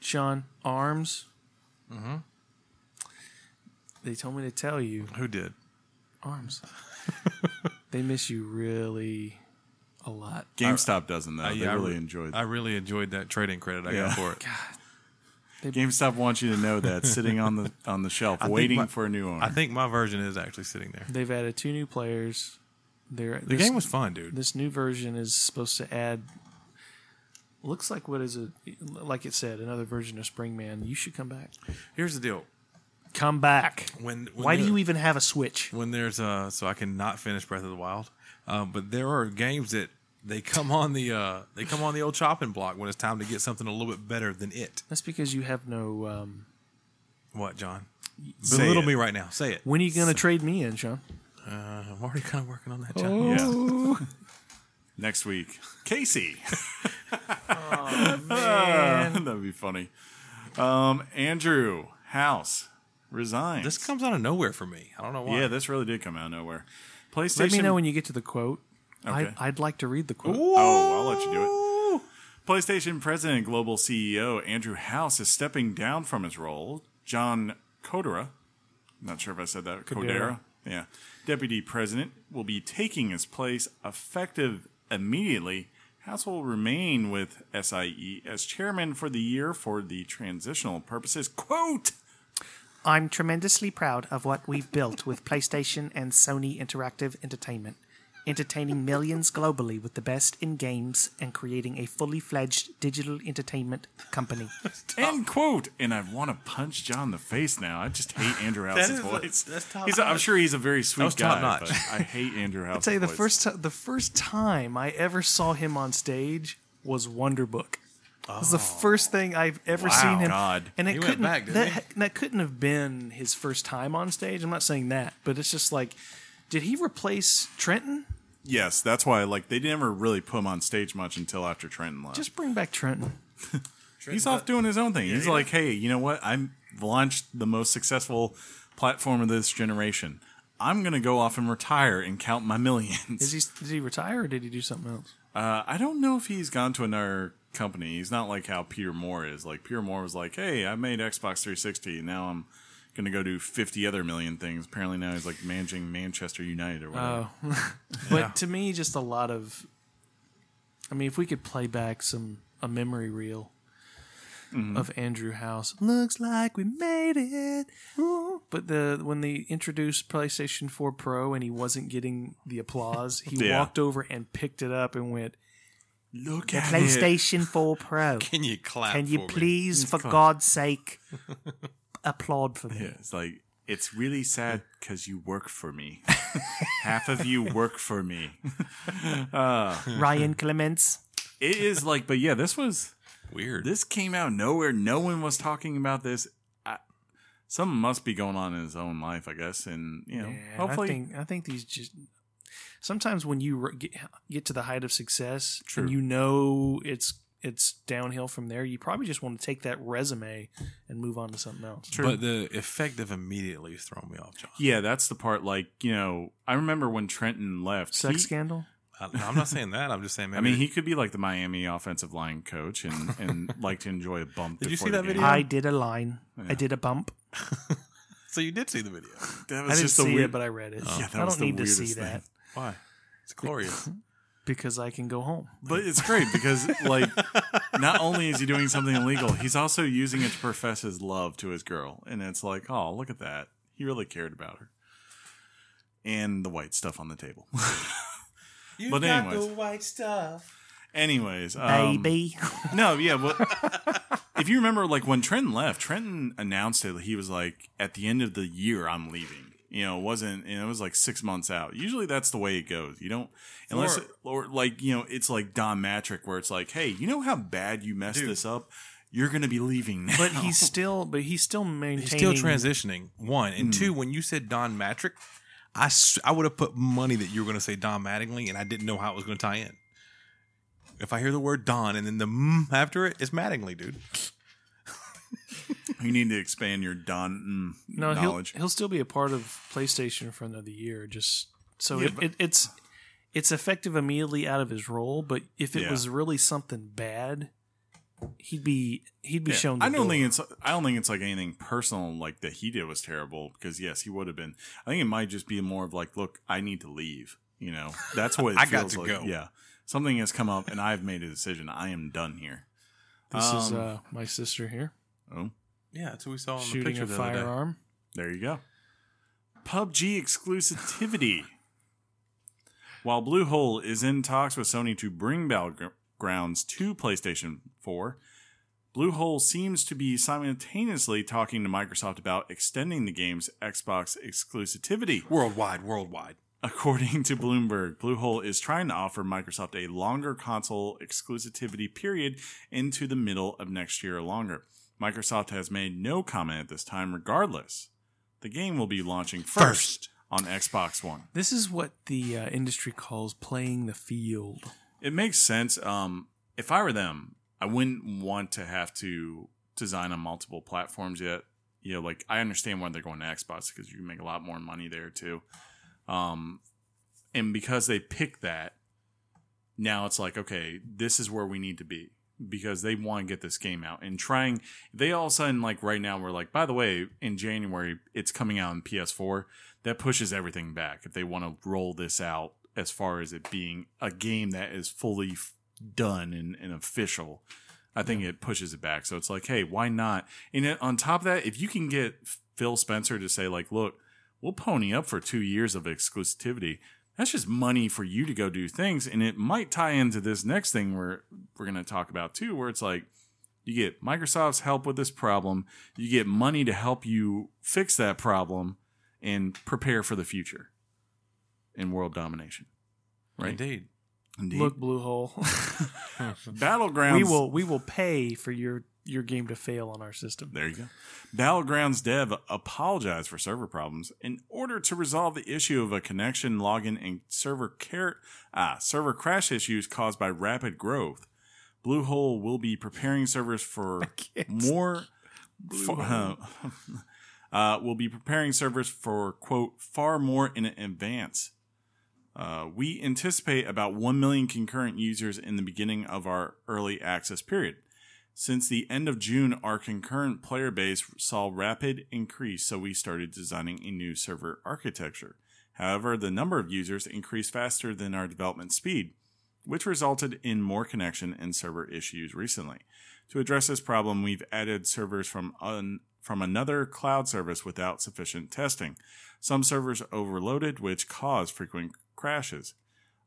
Speaker 4: Sean, arms.
Speaker 3: Mm-hmm.
Speaker 4: They told me to tell you,
Speaker 3: Who did?
Speaker 4: arms. they miss you really a lot.
Speaker 2: GameStop doesn't though.
Speaker 3: I-
Speaker 2: they
Speaker 3: Uh, yeah, I
Speaker 2: really
Speaker 3: re-
Speaker 2: enjoyed.
Speaker 3: I really enjoyed that trading credit I
Speaker 2: Yeah.
Speaker 3: got for it.
Speaker 2: GameStop wants you to know that sitting on the on the shelf,
Speaker 3: think
Speaker 2: waiting
Speaker 3: my-
Speaker 2: for a new owner.
Speaker 3: I think my version is actually sitting there.
Speaker 4: They've added two new players. They're,
Speaker 3: The game was fun, dude.
Speaker 4: this new version is supposed to add. Looks like what is it? Like it said, another version of Springman. You should come back.
Speaker 3: Here's the deal.
Speaker 4: Come back.
Speaker 3: When, when
Speaker 4: Why do
Speaker 3: there-
Speaker 4: you even have a Switch?
Speaker 3: when there's uh so I cannot finish Breath of the Wild, uh, but there are games that they come on the uh they come on the old chopping block when it's time to get something a little bit better than it.
Speaker 4: That's because you have no. Um,
Speaker 3: What, John?
Speaker 2: Say
Speaker 3: Belittle
Speaker 2: it.
Speaker 3: me right now. Say it.
Speaker 4: when are you going to trade me in, Sean?
Speaker 3: I'm already kind of working on that, John.
Speaker 2: yeah. Next week, Casey. That'd be funny. Um, Andrew House resigns.
Speaker 3: This comes out of nowhere for me. I don't know why.
Speaker 2: yeah, this really did come out of nowhere. PlayStation.
Speaker 4: Let me know when you get to the quote.
Speaker 2: Okay.
Speaker 4: I, I'd like to read the quote.
Speaker 2: Oh, I'll let you do it. PlayStation president and global CEO Andrew House is stepping down from his role. John Kodera, not sure if I said that, Kodera,
Speaker 4: Kodera.
Speaker 2: yeah, deputy president, will be taking his place effective immediately. House will remain with SIE as chairman for the year for the transitional purposes. Quote.
Speaker 6: I'm tremendously proud of what we've built with PlayStation and Sony Interactive Entertainment, entertaining millions globally with the best in games and creating a fully fledged digital entertainment company.
Speaker 2: End quote. And I want to punch John in the face now. I just hate Andrew House's
Speaker 3: is a-
Speaker 2: voice.
Speaker 3: that's top
Speaker 2: he's, I'm sure he's a very sweet
Speaker 3: was
Speaker 2: guy,
Speaker 3: top notch.
Speaker 2: but I hate Andrew House's
Speaker 4: tell you the
Speaker 2: voice.
Speaker 4: first ti- the first time I ever saw him on stage was Wonder Book. It was the first thing I've ever
Speaker 2: Wow.
Speaker 4: seen him,
Speaker 2: God.
Speaker 4: and it
Speaker 3: Oh. He went
Speaker 4: couldn't
Speaker 3: back, didn't
Speaker 4: that
Speaker 3: he?
Speaker 4: ha- that couldn't have been his first time on stage. I'm not saying that, but it's just like, did he replace Trenton?
Speaker 2: Yes, that's why. Like they never really put him on stage much until after Trenton left.
Speaker 4: Just bring back Trenton.
Speaker 2: he's off doing his own thing. he's
Speaker 3: he
Speaker 2: like, hey, you know what? I'm launched the most successful platform of this generation. I'm gonna go off and retire and count my millions.
Speaker 4: Is he did he retire or did he do something else?
Speaker 2: Uh, I don't know if he's gone to another company. He's not like how Peter Moore is. Like Peter Moore was like, "Hey, I made Xbox 360. Now I'm gonna go do 50 other million things." Apparently now he's like managing Manchester United or whatever.
Speaker 4: Oh, but to me, just a lot of. I mean, if we could play back some a memory reel of Andrew House, looks like we made it. Ooh. But the when they introduced PlayStation 4 Pro and he wasn't getting the applause, he
Speaker 2: Yeah.
Speaker 4: walked over and picked it up and went,
Speaker 2: Look at it.
Speaker 6: PlayStation 4 Pro.
Speaker 3: Can you clap?
Speaker 6: Can you
Speaker 3: for me?
Speaker 6: please, for God's sake, applaud for me?
Speaker 2: Yeah, It's like it's really sad because you work for me. Half of you work for me. Uh,
Speaker 6: Ryan Clements.
Speaker 2: It is like, but yeah, this was
Speaker 3: Weird.
Speaker 2: this came out of nowhere. No one was talking about this. I, something must be going on in his own life, I guess, and you know,
Speaker 4: "Yeah,
Speaker 2: hopefully,
Speaker 4: I think I think these just." Sometimes when you re- get, get to the height of success
Speaker 2: True.
Speaker 4: and you know it's it's downhill from there, you probably just want to take that resume and move on to something else.
Speaker 3: But the effect of immediately is throwing me off, John.
Speaker 2: yeah, that's the part. Like you know, I remember when Trenton left.
Speaker 4: Sex
Speaker 2: he-
Speaker 4: scandal.
Speaker 3: I, I'm not saying that. I'm just saying. Maybe
Speaker 2: I mean, he could be like the Miami offensive line coach and and like to enjoy a bump.
Speaker 3: Did you
Speaker 2: before
Speaker 3: see
Speaker 2: the
Speaker 3: that
Speaker 2: game.
Speaker 3: video?
Speaker 6: I did a line. I did a bump.
Speaker 3: so you did see the video.
Speaker 2: That
Speaker 4: I
Speaker 2: was
Speaker 4: didn't
Speaker 2: just a
Speaker 4: see
Speaker 2: weird.
Speaker 4: it, but I read it.
Speaker 2: yeah, that
Speaker 4: I
Speaker 2: was
Speaker 4: don't
Speaker 2: the
Speaker 4: need to see
Speaker 2: weirdest thing.
Speaker 4: that
Speaker 3: Why? It's glorious.
Speaker 4: because I can go home.
Speaker 2: But it's great because like not only is he doing something illegal, he's also using it to profess his love to his girl. And it's like, oh, look at that. He really cared about her. And the white stuff on the table.
Speaker 3: You
Speaker 2: But got anyways. the
Speaker 3: white stuff.
Speaker 2: Anyways, um,
Speaker 6: Baby.
Speaker 2: No, yeah, well if you remember like when Trenton left, Trenton announced it he was like, at the end of the year I'm leaving. You know, it wasn't and it was like six months out. Usually that's the way it goes. You don't unless
Speaker 3: Or-
Speaker 2: it- or like, you know, it's like Don Matrick where it's like, Hey, you know how bad you messed this up? You're gonna be leaving now.
Speaker 4: But he's still, but he's still
Speaker 3: He's
Speaker 4: maintaining.
Speaker 3: still transitioning. One and two. When you said Don Matrick, I s- I would have put money that you were going to say Don Mattingly, and I didn't know how it was going to tie in. If I hear the word Don and then the mm after it, it's Mattingly, dude.
Speaker 2: You need to expand your Don mm,
Speaker 4: no, he'll,
Speaker 2: knowledge.
Speaker 4: he'll still be a part of PlayStation for another year. Just so
Speaker 2: Yeah,
Speaker 4: it,
Speaker 2: but-
Speaker 4: it, it's it's effective immediately out of his role. But if it
Speaker 2: Yeah.
Speaker 4: was really something bad, he'd be he'd be
Speaker 2: Yeah.
Speaker 4: shown. The
Speaker 2: I don't
Speaker 4: door.
Speaker 2: think it's. I don't think it's like anything personal, like that he did was terrible. Because yes, he would have been. I think it might just be more of like, look, I need to leave. You know, that's what it
Speaker 3: I got
Speaker 2: feels
Speaker 3: to
Speaker 2: like.
Speaker 3: go.
Speaker 2: Yeah, something has come up, and I've made a decision. I am done here.
Speaker 4: this is
Speaker 2: um,
Speaker 4: uh, my sister here
Speaker 2: Oh,
Speaker 3: Yeah, that's what we saw on the
Speaker 4: shooting
Speaker 3: picture
Speaker 4: a
Speaker 3: the other day.
Speaker 4: firearm.
Speaker 2: there you go. PUBG exclusivity. While Bluehole is in talks with Sony to bring Battlegrounds to PlayStation 4, Bluehole seems to be simultaneously talking to Microsoft about extending the game's Xbox exclusivity.
Speaker 3: Worldwide, worldwide.
Speaker 2: According to Bloomberg, Bluehole is trying to offer Microsoft a longer console exclusivity period into the middle of next year or longer. Microsoft has made no comment at this time, regardless. The game will be launching first, on Xbox One.
Speaker 4: This is what the uh, industry calls playing the field.
Speaker 2: It makes sense. Um, if I were them, I wouldn't want to have to design on multiple platforms yet. You know, like I understand why they're going to Xbox because you can make a lot more money there too. Um, and because they picked that, now it's like, okay, this is where we need to be because they want to get this game out and trying. They all of a sudden, like right now, we're like, by the way, in January, it's coming out on PS4. That pushes everything back if they want to roll this out as far as it being a game that is fully f- done and, and official. I think it pushes it back. So it's like, hey, why not? And then on top of that, if you can get Phil Spencer to say, like, look, we'll pony up for two years of exclusivity. That's just money for you to go do things. And it might tie into this next thing we're, we're going to talk about too, where it's like, you get Microsoft's help with this problem. You get money to help you fix that problem and prepare for the future in world domination. Right.
Speaker 3: Indeed.
Speaker 2: Indeed.
Speaker 4: Look, blue hole.
Speaker 2: Battlegrounds.
Speaker 4: we will we will pay for your your game to fail on our system.
Speaker 2: There you go. Battlegrounds dev apologized for server problems in order to resolve the issue of a connection login and server care ah, server crash issues caused by rapid growth. Bluehole will be preparing servers for more. For, uh, will be preparing servers for, quote, far more in advance. Uh, we anticipate about 1 million concurrent users in the beginning of our early access period. Since the end of June, our concurrent player base saw rapid increase, so we started designing a new server architecture. However, the number of users increased faster than our development speed, which resulted in more connection and server issues recently. To address this problem, we've added servers from un- from another cloud service without sufficient testing. Some servers overloaded, which caused frequent crashes.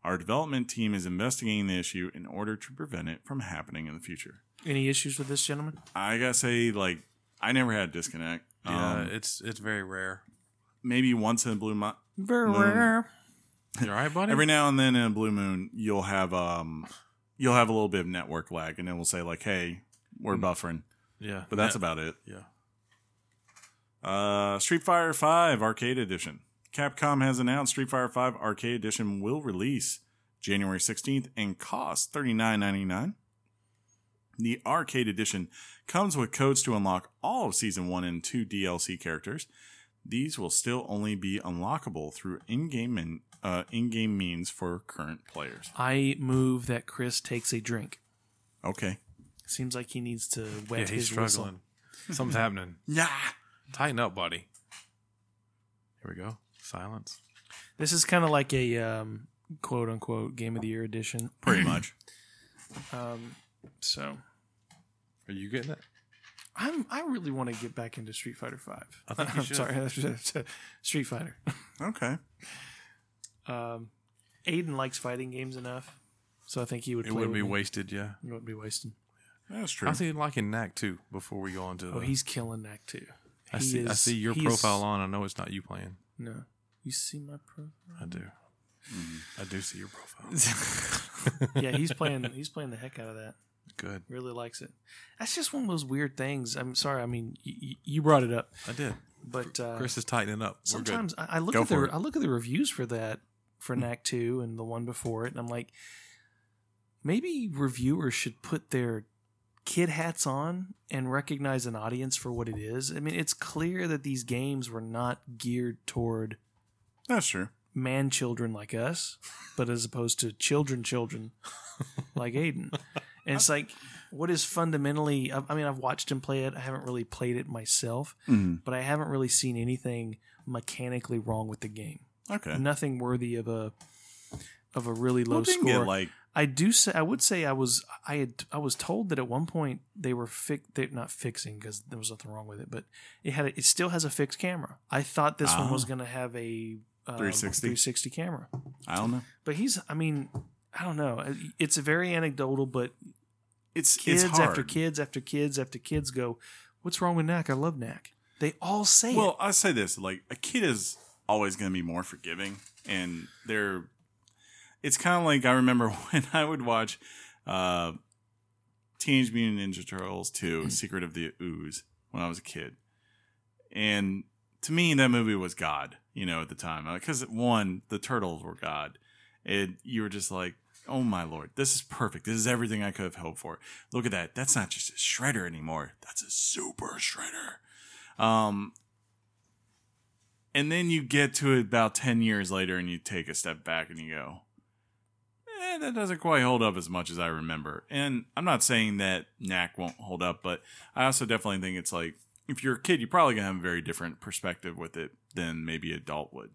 Speaker 2: Our development team is investigating the issue in order to prevent it from happening in the future.
Speaker 4: Any issues with this gentleman?
Speaker 2: I gotta say, like, I never had a disconnect.
Speaker 3: Yeah,
Speaker 2: Um,
Speaker 3: it's it's very rare.
Speaker 2: maybe once in a blue moon,
Speaker 4: Very
Speaker 2: No.
Speaker 4: rare.
Speaker 3: You all right, buddy?
Speaker 2: every now and then in a blue moon, you'll have um, you'll have a little bit of network lag, and then we'll say like, "Hey, we're buffering,"
Speaker 3: Mm. yeah,
Speaker 2: but that's
Speaker 3: yeah,
Speaker 2: about it.
Speaker 3: yeah.
Speaker 2: Uh, Street Fighter Five Arcade Edition. Capcom has announced Street Fighter Five Arcade Edition will release January 16th and cost $39.99. The Arcade Edition comes with codes to unlock all of Season 1 and 2 DLC characters. These will still only be unlockable through in-game and uh, in-game means for current players.
Speaker 4: I move that Chris takes a drink.
Speaker 2: Okay.
Speaker 4: Seems like he needs to wet
Speaker 3: Yeah, he's
Speaker 4: his whistle.
Speaker 3: struggling. Something's happening.
Speaker 2: Yeah.
Speaker 3: Tighten up, buddy. Here we go. Silence.
Speaker 4: This is kind of like a um, quote unquote game of the year edition.
Speaker 2: Pretty much.
Speaker 4: Um, so
Speaker 3: Are you getting it?
Speaker 4: I'm I really want to get back into Street Fighter Five.
Speaker 3: I think you
Speaker 4: I'm
Speaker 3: should.
Speaker 4: sorry, Street Fighter.
Speaker 2: Okay.
Speaker 4: Um, Aiden likes fighting games enough, so I think he would.
Speaker 3: It
Speaker 4: play
Speaker 3: wouldn't
Speaker 4: with
Speaker 3: be
Speaker 4: me.
Speaker 3: wasted, yeah.
Speaker 4: It wouldn't be wasting.
Speaker 2: That's
Speaker 3: I
Speaker 2: true.
Speaker 3: see like in Knack too. Before we go on to, the,
Speaker 4: Oh, he's killing that too.
Speaker 3: I
Speaker 4: He
Speaker 3: see. I
Speaker 4: is-
Speaker 3: see your
Speaker 4: he is-
Speaker 3: profile on. I know it's not you playing.
Speaker 4: No, you see my profile.
Speaker 3: I do.
Speaker 2: Mm-hmm.
Speaker 3: I do see your profile.
Speaker 4: yeah, he's playing. He's playing the heck out of that.
Speaker 3: Good.
Speaker 4: Really likes it. That's just one of those weird things. I'm sorry. I mean, y- y- you brought it up,
Speaker 3: I did.
Speaker 4: but uh,
Speaker 3: Chris is tightening up. We're good.
Speaker 4: sometimes I, I look
Speaker 2: Go
Speaker 4: at the
Speaker 2: for it.
Speaker 4: I look at the reviews for that for NAC two and the one before it, and I'm like, maybe reviewers should put their kid hats on and recognize an audience for what it is. I mean, it's clear that these games were not geared toward
Speaker 2: That's true.
Speaker 4: man children like us, but as opposed to children children like Aiden. And it's like, what is fundamentally, I I mean, I've watched him play it. I haven't really played it myself,
Speaker 2: Mhm.
Speaker 4: but I haven't really seen anything mechanically wrong with the game.
Speaker 2: Okay.
Speaker 4: Nothing worthy of a of a really low
Speaker 2: Well, didn't
Speaker 4: score.
Speaker 2: get like
Speaker 4: I do say I would say I was I had I was told that at one point they were fix they not fixing because there was nothing wrong with it, but it had a, it still has a fixed camera. I thought this one
Speaker 2: Ah.
Speaker 4: was going to have a um,
Speaker 2: 360?
Speaker 4: 360 camera,
Speaker 2: I don't know.
Speaker 4: but he's I mean I don't know. It's very anecdotal, but
Speaker 2: It's
Speaker 4: kids
Speaker 2: it's hard.
Speaker 4: after kids after kids after kids go, what's wrong with Knack? I love Knack. They all say
Speaker 2: Well, I say this like a kid is always going to be more forgiving, and they're. It's kind of like I remember when I would watch, uh, Teenage Mutant Ninja Turtles Two: Secret of the Ooze when I was a kid, and to me that movie was God. You know, at the time, because one, the turtles were God, and you were just like. Oh my lord, this is perfect. This is everything I could have hoped for. Look at that. That's not just a shredder anymore. That's a super shredder. Um, and then you get to it about 10 years later and you take a step back and you go, eh, that doesn't quite hold up as much as I remember. And I'm not saying that Knack won't hold up, but I also definitely think it's like, if you're a kid, you're probably going to have a very different perspective with it than maybe adult would.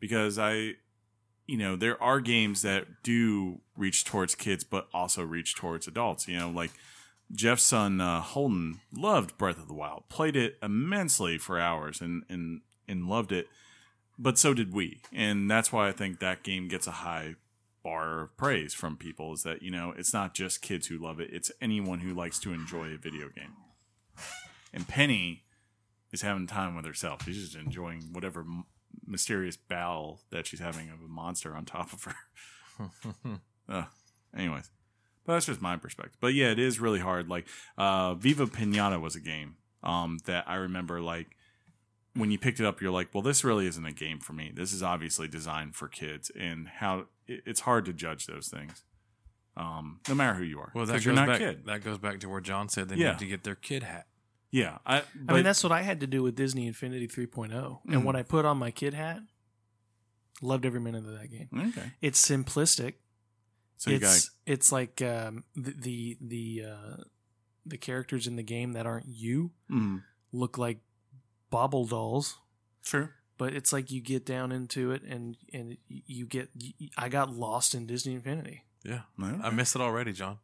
Speaker 2: Because I, you know, there are games that do reach towards kids, but also reach towards adults. You know, like Jeff's son uh, Holden loved Breath of the Wild, played it immensely for hours, and and and loved it. But so did we, and that's why I think that game gets a high bar of praise from people. Is that you know it's not just kids who love it; it's anyone who likes to enjoy a video game. And Penny is having time with herself. She's just enjoying whatever m- mysterious battle that she's having of a monster on top of her. uh, anyways. But that's just my perspective. But yeah, it is really hard. Like uh, Viva Pinata was a game um, that I remember like when you picked it up, you're like, well, this really isn't a game for me. This is obviously designed for kids, and how it, it's hard to judge those things, um, no matter who you are.
Speaker 3: well, that
Speaker 2: 'Cause
Speaker 3: goes
Speaker 2: you're not a
Speaker 3: back.
Speaker 2: kid.
Speaker 3: That goes back to where John said they
Speaker 2: Yeah.
Speaker 3: need to get their kid hat.
Speaker 2: Yeah, I.
Speaker 4: I
Speaker 2: But, Mm.
Speaker 4: mean, that's what I had to do with Disney Infinity 3.0. And when I put on my kid hat, loved every minute of that game.
Speaker 2: okay.
Speaker 4: It's simplistic.
Speaker 2: So you got
Speaker 4: it's it's like um, the the the, uh, the characters in the game that aren't you
Speaker 2: mm,
Speaker 4: look like bobble dolls,
Speaker 2: true.
Speaker 4: but it's like you get down into it and and you get I got lost in Disney Infinity.
Speaker 3: Yeah.
Speaker 2: No.
Speaker 3: I missed it already, John.
Speaker 2: Um,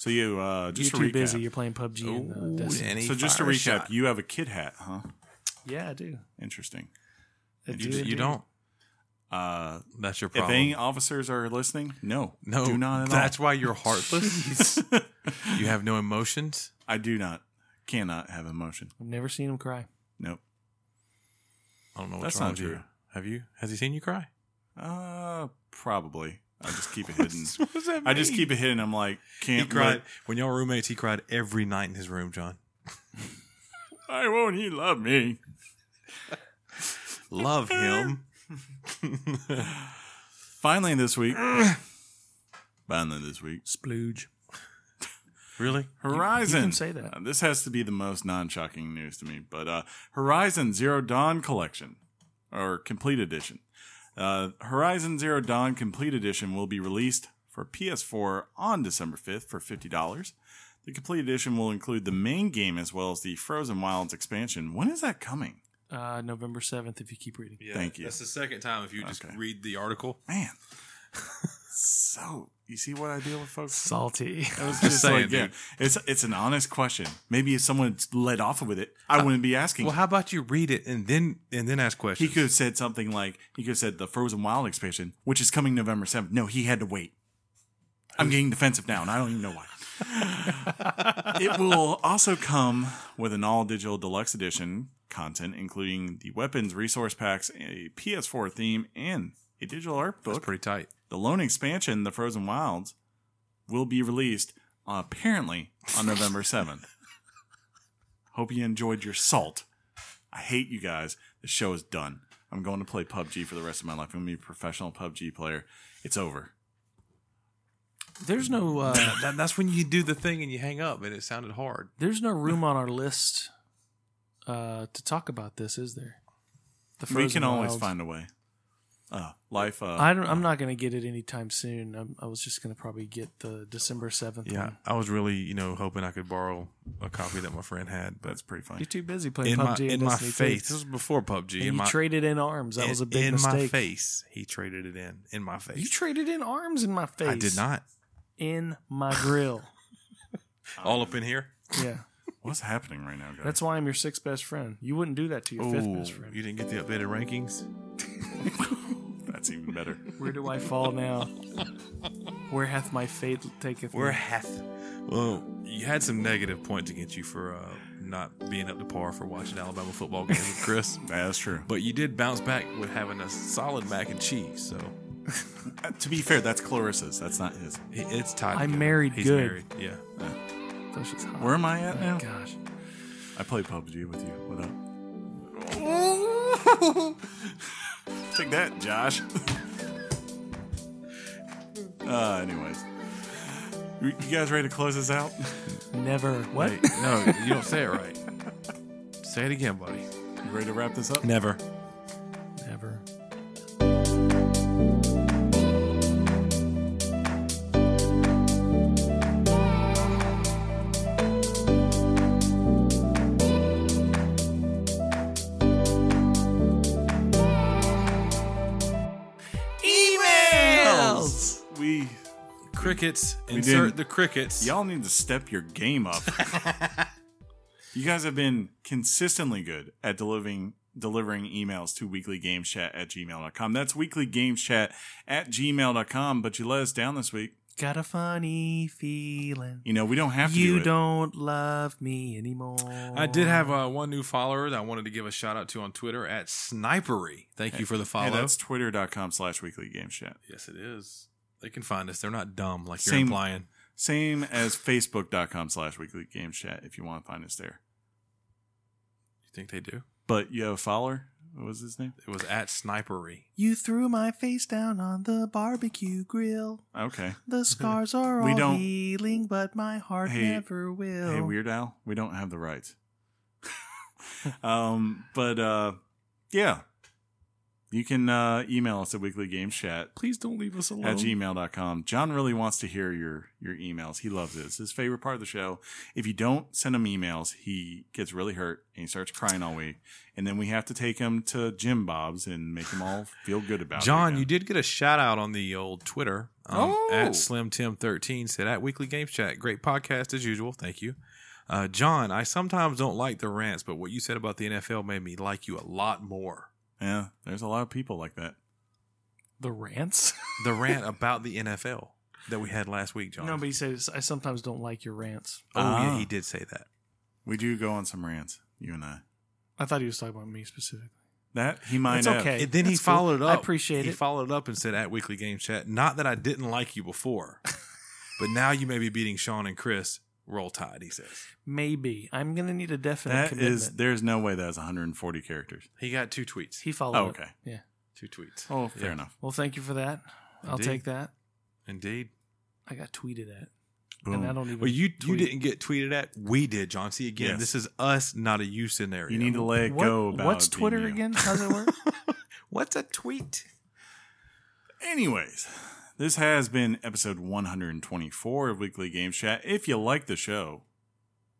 Speaker 2: so you uh, just
Speaker 4: you're
Speaker 2: to
Speaker 4: too
Speaker 2: recap.
Speaker 4: busy. You're playing PUBG
Speaker 3: Ooh,
Speaker 4: and uh, Destiny.
Speaker 3: and he
Speaker 2: so just to
Speaker 3: fired a
Speaker 2: recap,
Speaker 3: shot.
Speaker 2: you have a kid hat, huh?
Speaker 4: Yeah, I do.
Speaker 2: Interesting.
Speaker 4: I do
Speaker 3: you, you
Speaker 4: indeed.
Speaker 3: don't.
Speaker 2: Uh,
Speaker 3: That's your
Speaker 2: if
Speaker 3: problem.
Speaker 2: any officers are listening, no,
Speaker 3: no,
Speaker 2: do not at
Speaker 3: that's
Speaker 2: all.
Speaker 3: why you're heartless. you have no emotions.
Speaker 2: I do not, cannot have emotion.
Speaker 4: I've never seen him cry.
Speaker 2: Nope.
Speaker 3: I don't know what's
Speaker 2: That's
Speaker 3: wrong
Speaker 2: not
Speaker 3: with you.
Speaker 2: true.
Speaker 3: Have you? Has he seen you cry?
Speaker 2: Uh, probably. I just keep it hidden.
Speaker 3: What does that
Speaker 2: I just
Speaker 3: mean?
Speaker 2: keep it hidden. I'm like,
Speaker 3: He
Speaker 2: can't.
Speaker 3: cried when y'all were roommates. He cried every night in his room, John.
Speaker 2: I won't he love me?
Speaker 3: Love him.
Speaker 2: Finally, this week. Finally, this week.
Speaker 4: Splooge.
Speaker 3: Really?
Speaker 2: Horizon.
Speaker 4: you can say that.
Speaker 2: Uh, this has to be the most non-shocking news to me, but uh, Horizon Zero Dawn Collection or Complete Edition. Uh, Horizon Zero Dawn Complete Edition will be released for PS4 on December 5th for $50. The Complete Edition will include the main game as well as the Frozen Wilds expansion. When is that coming?
Speaker 4: Uh, November seventh. If you keep reading,
Speaker 3: Yeah,
Speaker 2: Thank you.
Speaker 3: That's the second time if you just
Speaker 2: Okay.
Speaker 3: read the article.
Speaker 2: Man. so, you see what I deal with, folks?
Speaker 4: salty.
Speaker 2: I was just
Speaker 3: saying,
Speaker 2: like, yeah,
Speaker 3: dude.
Speaker 2: it's it's an honest question. Maybe if someone led off with it,
Speaker 4: Uh,
Speaker 2: I wouldn't be asking.
Speaker 3: Well, how about you read it and then and then ask
Speaker 2: He
Speaker 3: questions?
Speaker 2: could have said something like, he could have said the Frozen Wild expansion, which is coming November 7th. No, he had to wait. I'm getting defensive now, and I don't even know why. it will also come with an all digital deluxe edition content, including the weapons resource packs, a PS4 theme, and a digital art
Speaker 3: That's
Speaker 2: book.
Speaker 3: pretty tight.
Speaker 2: the lone expansion, The Frozen Wilds, will be released uh, apparently on November 7th. Hope you enjoyed your salt. I hate you guys. The show is done. I'm going to play PUBG for the rest of my life. I'm going to be a professional PUBG player. It's over.
Speaker 4: There's no uh,
Speaker 3: That, that's when you do the thing and you hang up, and it sounded hard.
Speaker 4: there's no room on our list uh, to talk about this, is there? The
Speaker 2: we can
Speaker 4: Frozen
Speaker 2: always
Speaker 4: Wilds.
Speaker 2: find a way. Uh, life. Uh,
Speaker 4: I don't. I'm not going to get it anytime soon. I'm, I was just going to probably get the December seventh.
Speaker 3: Yeah, I was really you know hoping I could borrow a copy that my friend had, but
Speaker 2: that's pretty
Speaker 4: You're
Speaker 2: funny.
Speaker 4: too busy playing
Speaker 3: in my
Speaker 4: PUBG.
Speaker 3: in
Speaker 4: and
Speaker 3: my
Speaker 4: Destiny 2.
Speaker 3: face, this was before PUBG.
Speaker 4: And
Speaker 3: in
Speaker 4: you
Speaker 3: my
Speaker 4: traded in arms. That was a big
Speaker 3: in
Speaker 4: mistake.
Speaker 3: my face, he traded it in in my face.
Speaker 4: You traded in arms in my face.
Speaker 3: I did not.
Speaker 4: In my grill.
Speaker 3: All up in here.
Speaker 4: yeah.
Speaker 2: What's happening right now, guys?
Speaker 4: That's why I'm your sixth best friend. You wouldn't do that to your fifth
Speaker 3: Oh,
Speaker 4: best friend.
Speaker 3: you didn't get the updated rankings.
Speaker 2: That's even better.
Speaker 4: Where do I fall now? Where hath my fate taketh me?
Speaker 3: We're half. Well, you had some negative points against you for uh, not being up to par for watching Alabama football games with Chris,
Speaker 2: That's true.
Speaker 3: but you did bounce back with having a solid mac and cheese. So
Speaker 2: Uh, to be fair, that's Clarissa's. That's not his.
Speaker 3: i- it's tied.
Speaker 4: I'm
Speaker 3: together.
Speaker 4: married
Speaker 3: He's
Speaker 4: good.
Speaker 3: married. Yeah.
Speaker 4: So she's hot.
Speaker 2: Where am I at now?
Speaker 4: Gosh.
Speaker 2: I play PUBG with you. What up? Take that, Josh. uh, anyways, you you guys ready to close this out?
Speaker 4: Never. What?
Speaker 3: Hey, no, you don't say it right. say it again, buddy.
Speaker 2: You ready to wrap this up?
Speaker 3: Never.
Speaker 4: Never. Emails.
Speaker 2: We
Speaker 3: Crickets.
Speaker 2: didn't.
Speaker 3: Insert the crickets.
Speaker 2: y'all need to step your game up. you guys have been consistently good at delivering delivering emails to weeklygameschat at gmail.com. That's weeklygameschat at gmail.com, but you let us down this week.
Speaker 4: Got a funny feeling.
Speaker 2: You know, we don't have to do
Speaker 4: You
Speaker 2: it.
Speaker 4: don't love me anymore.
Speaker 3: I did have uh, one new follower that I wanted to give a shout out to on Twitter at Snipery. Thank you for the follow.
Speaker 2: Hey, that's twitter.com slash weekly game chat.
Speaker 3: yes, it is. They can find us. They're not dumb like you're
Speaker 2: Same-
Speaker 3: implying.
Speaker 2: Same as facebook.com slash weekly game chat if you want to find us there.
Speaker 3: You think they do?
Speaker 2: But you have a follower? What was his name?
Speaker 3: It was at Snipery.
Speaker 4: You threw my face down on the barbecue grill.
Speaker 2: Okay.
Speaker 4: The scars are
Speaker 2: We
Speaker 4: all
Speaker 2: don't-
Speaker 4: healing, but my heart
Speaker 2: Hey-
Speaker 4: never will.
Speaker 2: Hey, Weird Al, we don't have the rights. um, but uh, yeah, you can uh, email us at weeklygameschat
Speaker 3: Please don't leave us alone.
Speaker 2: at gmail.com. John really wants to hear your your emails. He loves it. It's his favorite part of the show. If you don't send him emails, he gets really hurt and he starts crying all week. And then we have to take him to Jim Bob's and make him all feel good about it.
Speaker 3: John,
Speaker 2: again.
Speaker 3: you did get a shout out on the old Twitter. Um,
Speaker 2: Oh.
Speaker 3: At SlimTim13 said, at Weekly Games Chat, great podcast as usual. Thank you. Uh, John, I sometimes don't like the rants, but what you said about the NFL made me like you a lot more.
Speaker 2: Yeah, there's a lot of people like that.
Speaker 4: The rants?
Speaker 3: The rant about the NFL that we had last week, John.
Speaker 4: No, but he says, I sometimes don't like your rants.
Speaker 3: oh,
Speaker 2: Ah.
Speaker 3: yeah, he did say that.
Speaker 2: We do go on some rants, you and I.
Speaker 4: I thought he was talking about me specifically.
Speaker 2: That he might
Speaker 4: It's
Speaker 2: have.
Speaker 4: okay.
Speaker 3: And then he
Speaker 4: that's cool.
Speaker 3: followed it
Speaker 4: I
Speaker 3: up.
Speaker 4: appreciate
Speaker 3: he
Speaker 4: it.
Speaker 3: followed it up and said at Weekly Games Chat, not that I didn't like you before, but now you may be beating Sean and Chris. Roll Tide, he says.
Speaker 4: Maybe. I'm going to need a definite
Speaker 2: That
Speaker 4: commitment.
Speaker 2: is, there's no way that's 140 characters.
Speaker 3: He got two tweets.
Speaker 4: He followed
Speaker 2: Oh,
Speaker 4: it.
Speaker 2: okay.
Speaker 4: Yeah.
Speaker 3: two tweets.
Speaker 2: Oh, fair enough.
Speaker 4: Well, thank you for that. I'll
Speaker 3: Indeed.
Speaker 4: take that.
Speaker 3: Indeed.
Speaker 4: I got tweeted at.
Speaker 2: Boom.
Speaker 4: And I don't even.
Speaker 3: Well, you you
Speaker 4: tweet.
Speaker 3: didn't get tweeted at. We did, John. See again,
Speaker 2: Yes.
Speaker 3: this is us, not a you scenario.
Speaker 2: You need to let it
Speaker 4: What-
Speaker 2: go about
Speaker 4: What's
Speaker 2: being
Speaker 4: Twitter
Speaker 2: you.
Speaker 4: again? How's it work?
Speaker 3: What's a tweet?
Speaker 2: Anyways, this has been episode 124 of Weekly Game Chat. If you like the show,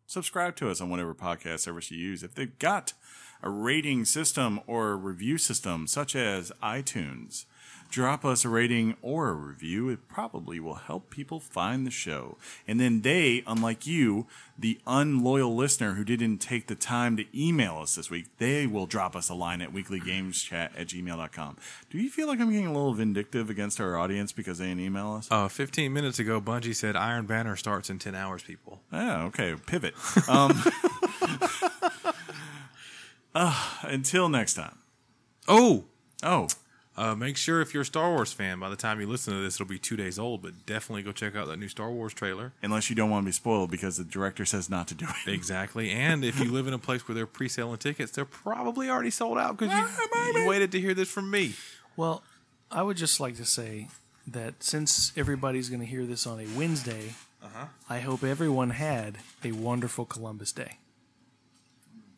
Speaker 2: subscribe to us on whatever podcast service you use. If they've got a rating system or a review system, such as iTunes, drop us a rating or a review. It probably will help people find the show. And then they, unlike you, the unloyal listener who didn't take the time to email us this week, they will drop us a line at weeklygameschat at gmail.com. Do you feel like I'm getting a little vindictive against our audience because they didn't email us?
Speaker 3: Uh, Fifteen minutes ago, Bungie said Iron Banner starts in ten hours. People,
Speaker 2: Oh, okay. Pivot. Um, uh, until next time.
Speaker 3: oh,
Speaker 2: Oh,
Speaker 3: uh, make sure if you're a Star Wars fan, by the time you listen to this, it'll be two days old. But definitely go check out that new Star Wars trailer.
Speaker 2: unless you don't want to be spoiled because the director says not to do it.
Speaker 3: Exactly. And if you live in a place where they're pre-selling tickets, they're probably already sold out because you, you waited to hear this from me.
Speaker 4: Well, I would just like to say that since everybody's going to hear this on a Wednesday,
Speaker 2: Uh-huh.
Speaker 4: I hope everyone had a wonderful Columbus Day.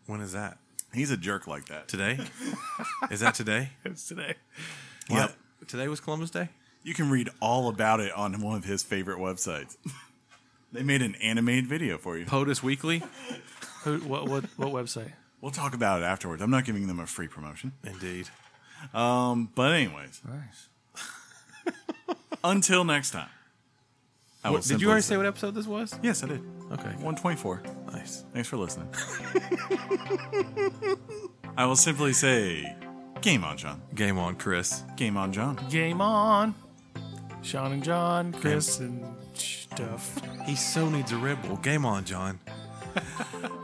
Speaker 3: When is that?
Speaker 2: He's a jerk like that.
Speaker 3: Today? is that today?
Speaker 4: It's today.
Speaker 2: Yep.
Speaker 3: Today was Columbus Day.
Speaker 2: You can read all about it on one of his favorite websites. they made an animated video for you.
Speaker 3: POTUS Weekly.
Speaker 4: Who, what, what, what website?
Speaker 2: We'll talk about it afterwards. I'm not giving them a free promotion.
Speaker 3: Indeed.
Speaker 2: But, anyways,
Speaker 4: Nice.
Speaker 2: until next time. I will
Speaker 3: What- did
Speaker 2: simply
Speaker 3: you already say what episode this was?
Speaker 2: Yes, I did.
Speaker 3: Okay.
Speaker 2: 124.
Speaker 3: Nice.
Speaker 2: Thanks for listening. I will simply say, game on, John.
Speaker 3: Game on, Chris.
Speaker 2: Game on, John.
Speaker 4: Game on. Sean and John, Chris and stuff.
Speaker 3: He so needs a Red Bull. Game on, John.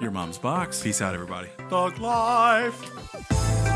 Speaker 2: Your mom's box.
Speaker 3: Peace out, everybody.
Speaker 2: Dog life.